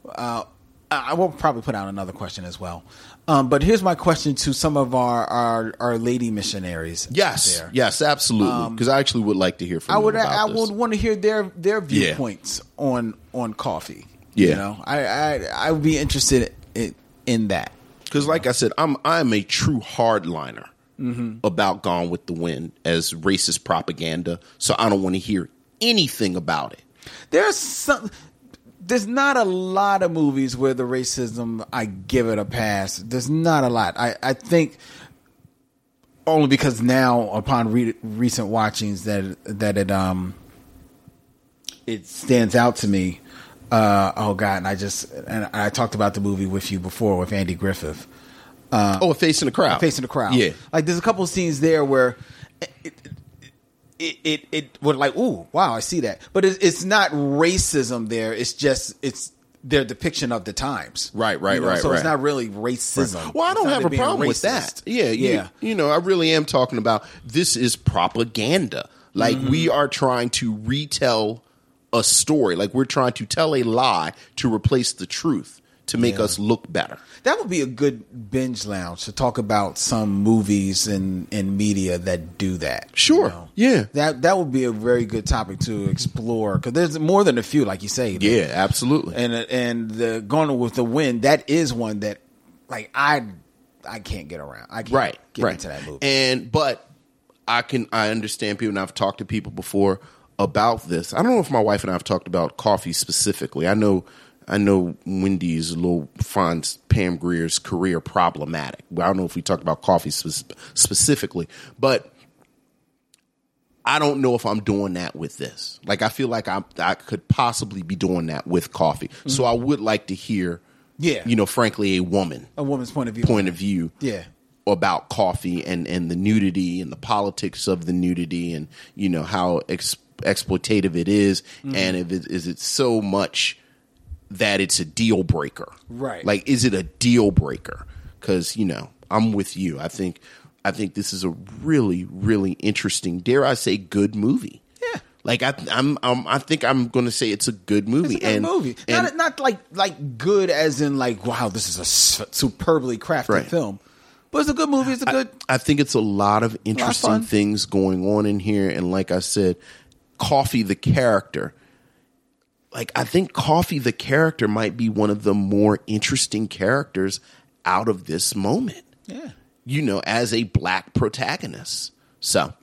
S2: uh, I I will probably put out another question as well. Um, but here's my question to some of our our, our lady missionaries. out
S4: Yes,
S2: there.
S4: yes, absolutely. Because I actually would like to hear from.
S2: Um, I would
S4: Them
S2: I
S4: about this.
S2: would want to hear their their viewpoints on on coffee. You
S4: Yeah.
S2: know, I I I would be interested in, in that.
S4: Because, like I said, I'm I'm a true hardliner about Gone with the Wind as racist propaganda. So I don't want to hear anything about it.
S2: There's some. There's not a lot of movies where the racism I give it a pass. There's not a lot. I I think only because now upon re- recent watchings that that it um it stands out to me. Uh, oh God! And I just and I talked about the movie with you before with Andy Griffith. Uh,
S4: oh, a face in the crowd.
S2: facing the crowd.
S4: Yeah.
S2: like there's a couple of scenes there where it it it, it, it would like, ooh, wow, I see that. But it's, it's not racism there. It's just it's their depiction of the times.
S4: Right, right,
S2: You know,
S4: right,
S2: So
S4: right.
S2: it's not really racism.
S4: Well, I
S2: It's
S4: don't
S2: not
S4: have
S2: it
S4: a
S2: being
S4: problem with
S2: racist.
S4: that. Yeah, you-
S2: yeah.
S4: You, know, I really am talking about this is propaganda. Like
S2: Mm-hmm.
S4: we are trying to retell a story. Like we're trying to tell a lie to replace the truth to make us look better.
S2: That would be a good binge lounge to talk about some movies and, and media that do that.
S4: Sure. Yeah.
S2: That that would be a very good topic to explore because there's more than a few, like you say.
S4: Yeah, absolutely.
S2: and and the going with the wind that is one that like I I can't get around. I can't
S4: right
S2: get
S4: right
S2: into that movie.
S4: and but i can i understand people and i've talked to people before about this i don't know if my wife and i've talked about coffee specifically i know i know wendy's little finds pam greer's career problematic i don't know if we talked about coffee spe- specifically but I don't know if I'm doing that with this. Like I feel like I I could possibly be doing that with coffee. So I would like to hear
S2: Mm-hmm. Yeah. Oh.
S4: you know frankly a woman
S2: a woman's point of view.
S4: point of view
S2: Yeah.
S4: about coffee and and the nudity and the politics of the nudity and you know how ex- exploitative it is
S2: Mm-hmm.
S4: and if it, is it so much that it's a deal breaker
S2: Right.
S4: like is it a deal breaker because you know i'm with you i think i think this is a really really interesting dare i say good movie
S2: Yeah.
S4: like I, I'm, I'm, I think I'm going to say it's a good movie.
S2: It's a good
S4: and
S2: movie,
S4: and-
S2: not not like like good as in like wow, this is a s- superbly crafted
S4: Right.
S2: film, but it's a good movie. It's a good.
S4: I think it's a lot of interesting
S2: fun.
S4: things going on in here. And like I said, Coffee the character, like I think Coffee the character might be one of the more interesting characters out of this moment,
S2: yeah,
S4: you know, as a black protagonist. So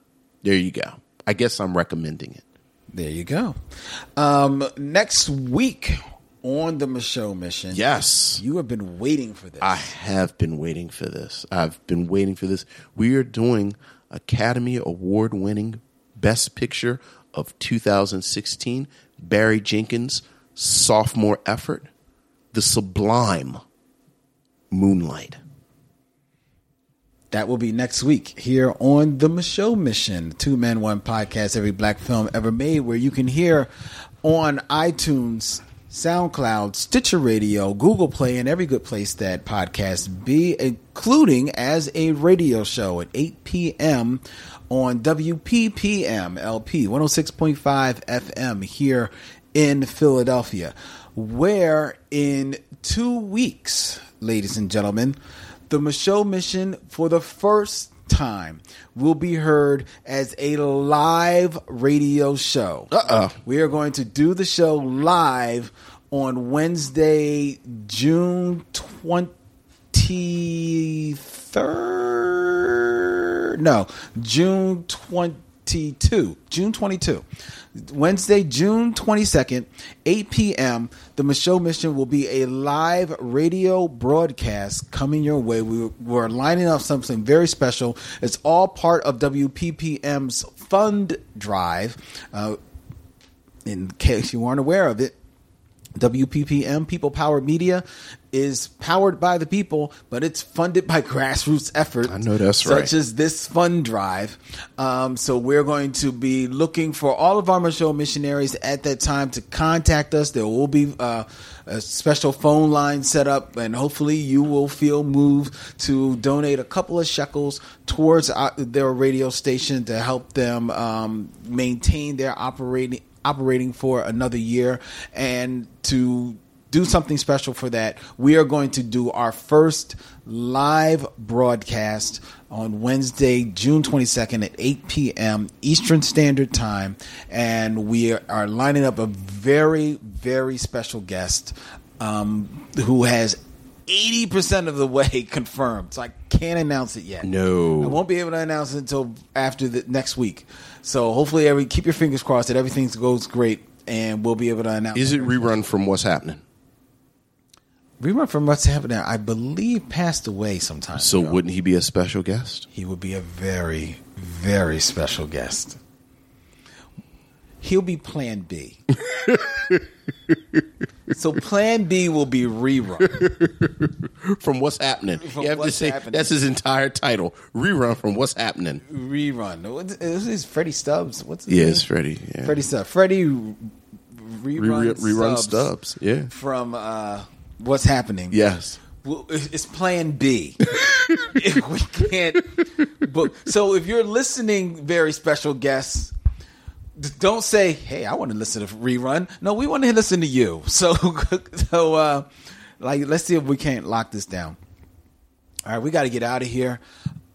S4: there you go. I guess I'm recommending it.
S2: there you go. Um, next week on the Michelle Mission,
S4: Yes.
S2: you have been waiting for this.
S4: I have been waiting for this. I've been waiting for this. We are doing Academy Award winning Best Picture of 2016, Barry Jenkins, sophomore effort, The Sublime Moonlight.
S2: That will be next week here on the Michelle Mission, Two Men One Podcast, every black film ever made, where you can hear on iTunes, SoundCloud, Stitcher Radio, Google Play, and every good place that podcast be, including as a radio show at 8 p.m. on WPPM LP 106.5 FM here in Philadelphia, where in two weeks, ladies and gentlemen, the Michelle Mission for the first time will be heard as a live radio show.
S4: Uh-oh.
S2: We are going to do the show live on Wednesday, June 23rd. No, June 22. June 22. Wednesday, June 22nd, 8 p.m. The Michelle Mission will be a live radio broadcast coming your way. We, we're lining up something very special. It's all part of WPPM's fund drive. Uh, in case you aren't aware of it, WPPM, People Power Media, is powered by the people, but it's funded by grassroots efforts. I
S4: know that's
S2: such
S4: right.
S2: Such as this fund drive. Um, so we're going to be looking for all of our Michelle missionaries at that time to contact us. There will be uh, a special phone line set up, and hopefully you will feel moved to donate a couple of shekels towards uh, their radio station to help them um, maintain their operating operating for another year and to do something special for that. We are going to do our first live broadcast on Wednesday, June 22nd at 8 p.m. Eastern Standard Time. And we are lining up a very, very special guest um, who has 80% of the way confirmed. So I can't announce it yet.
S4: No.
S2: I won't be able to announce it until after the next week. So hopefully, every keep your fingers crossed that everything goes great, and we'll be able to announce.
S4: Is it rerun from what's happening?
S2: Rerun from what's happening? I believe passed away sometime.
S4: So
S2: ago.
S4: wouldn't he be a special guest?
S2: he would be a very, very special guest. He'll be Plan B. so Plan B will be rerun.
S4: From what's happening?
S2: From
S4: you have to
S2: What's
S4: say
S2: Happening.
S4: that's his entire title. Rerun from what's happening.
S2: Rerun. What is this? Freddie Stubbs? What's his name?
S4: Yes, Freddie. Yeah.
S2: Freddie Stubbs. Freddie rerun,
S4: Rerun, rerun
S2: Stubbs.
S4: stubs. Yeah.
S2: from uh, what's happening.
S4: Yes.
S2: Well, it's it's Plan B. if we can't, book. so if you're listening, very special guests, d- don't say, "Hey, I want to listen to rerun." No, we want to listen to you. So, so uh, like, let's see if we can't lock this down. All right, we got to get out of here.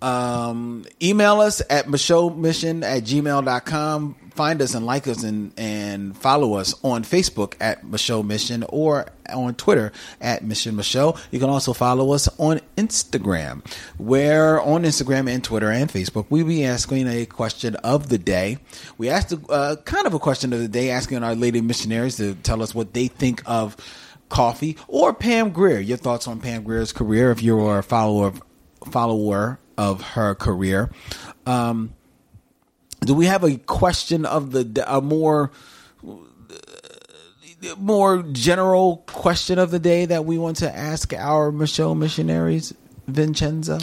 S2: Um, email us at Mission at gmail.com. Find us and like us and, and follow us on Facebook at Michelle Mission or on Twitter at Mission Michelle. You can also follow us on Instagram, where on Instagram and Twitter and Facebook, we be asking a question of the day. We asked uh, kind of a question of the day, asking our lady missionaries to tell us what they think of coffee or Pam Greer. Your thoughts on Pam Greer's career if you're a follower of, follower of her career. Um, do we have a question of the d- a more more general question of the day that we want to ask our Michelle missionaries, Vincenza?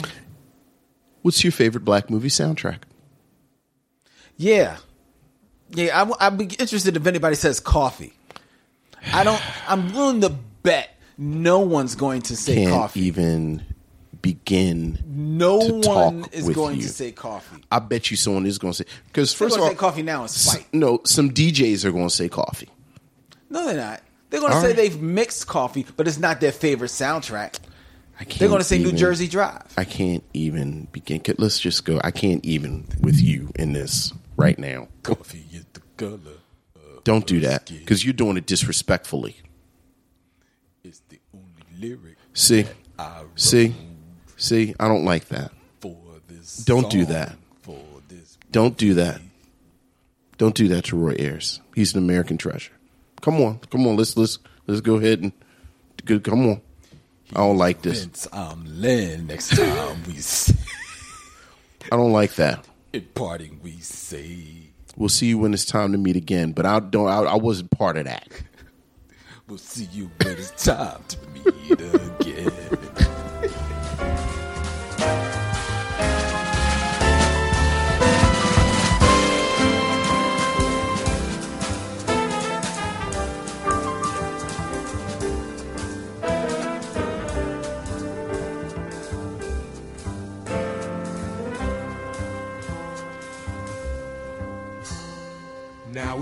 S4: What's your favorite black movie soundtrack?
S2: Yeah. Yeah, I w- I'd be interested if anybody says coffee. I don't. I'm willing to bet no one's going to say
S4: Can't
S2: coffee.
S4: even begin.
S2: No
S4: to
S2: one
S4: talk
S2: is
S4: with
S2: going
S4: you.
S2: to say coffee.
S4: I bet you someone is going to say because
S2: They're
S4: first
S2: going
S4: of
S2: to say
S4: all,
S2: coffee now and spite.
S4: s- no, some DJs are going to say coffee.
S2: No, they're not. They're going to
S4: All
S2: say
S4: right.
S2: they've mixed coffee, but it's not their favorite soundtrack.
S4: I can't
S2: They're going to say New
S4: even-
S2: Jersey Drive.
S4: I can't even begin. Could- Let's just go. I can't even with you in this right now.
S2: Coffee is the color.
S4: Don't do that because you're doing it disrespectfully.
S2: It's the only lyric
S4: See, see, see. I don't like that.
S2: for this.
S4: Don't do that.
S2: For this.
S4: Don't do that. Don't do that to Roy Ayers. He's an American treasure. Come on, come on. Let's let's let's go ahead and go, come on. I don't like this.
S2: Since I'm land next time we say,
S4: I don't like that.
S2: in parting we say,
S4: We'll see you when it's time to meet again. But I don't. I, I wasn't part of that.
S2: we'll see you when it's time to meet again.
S5: Now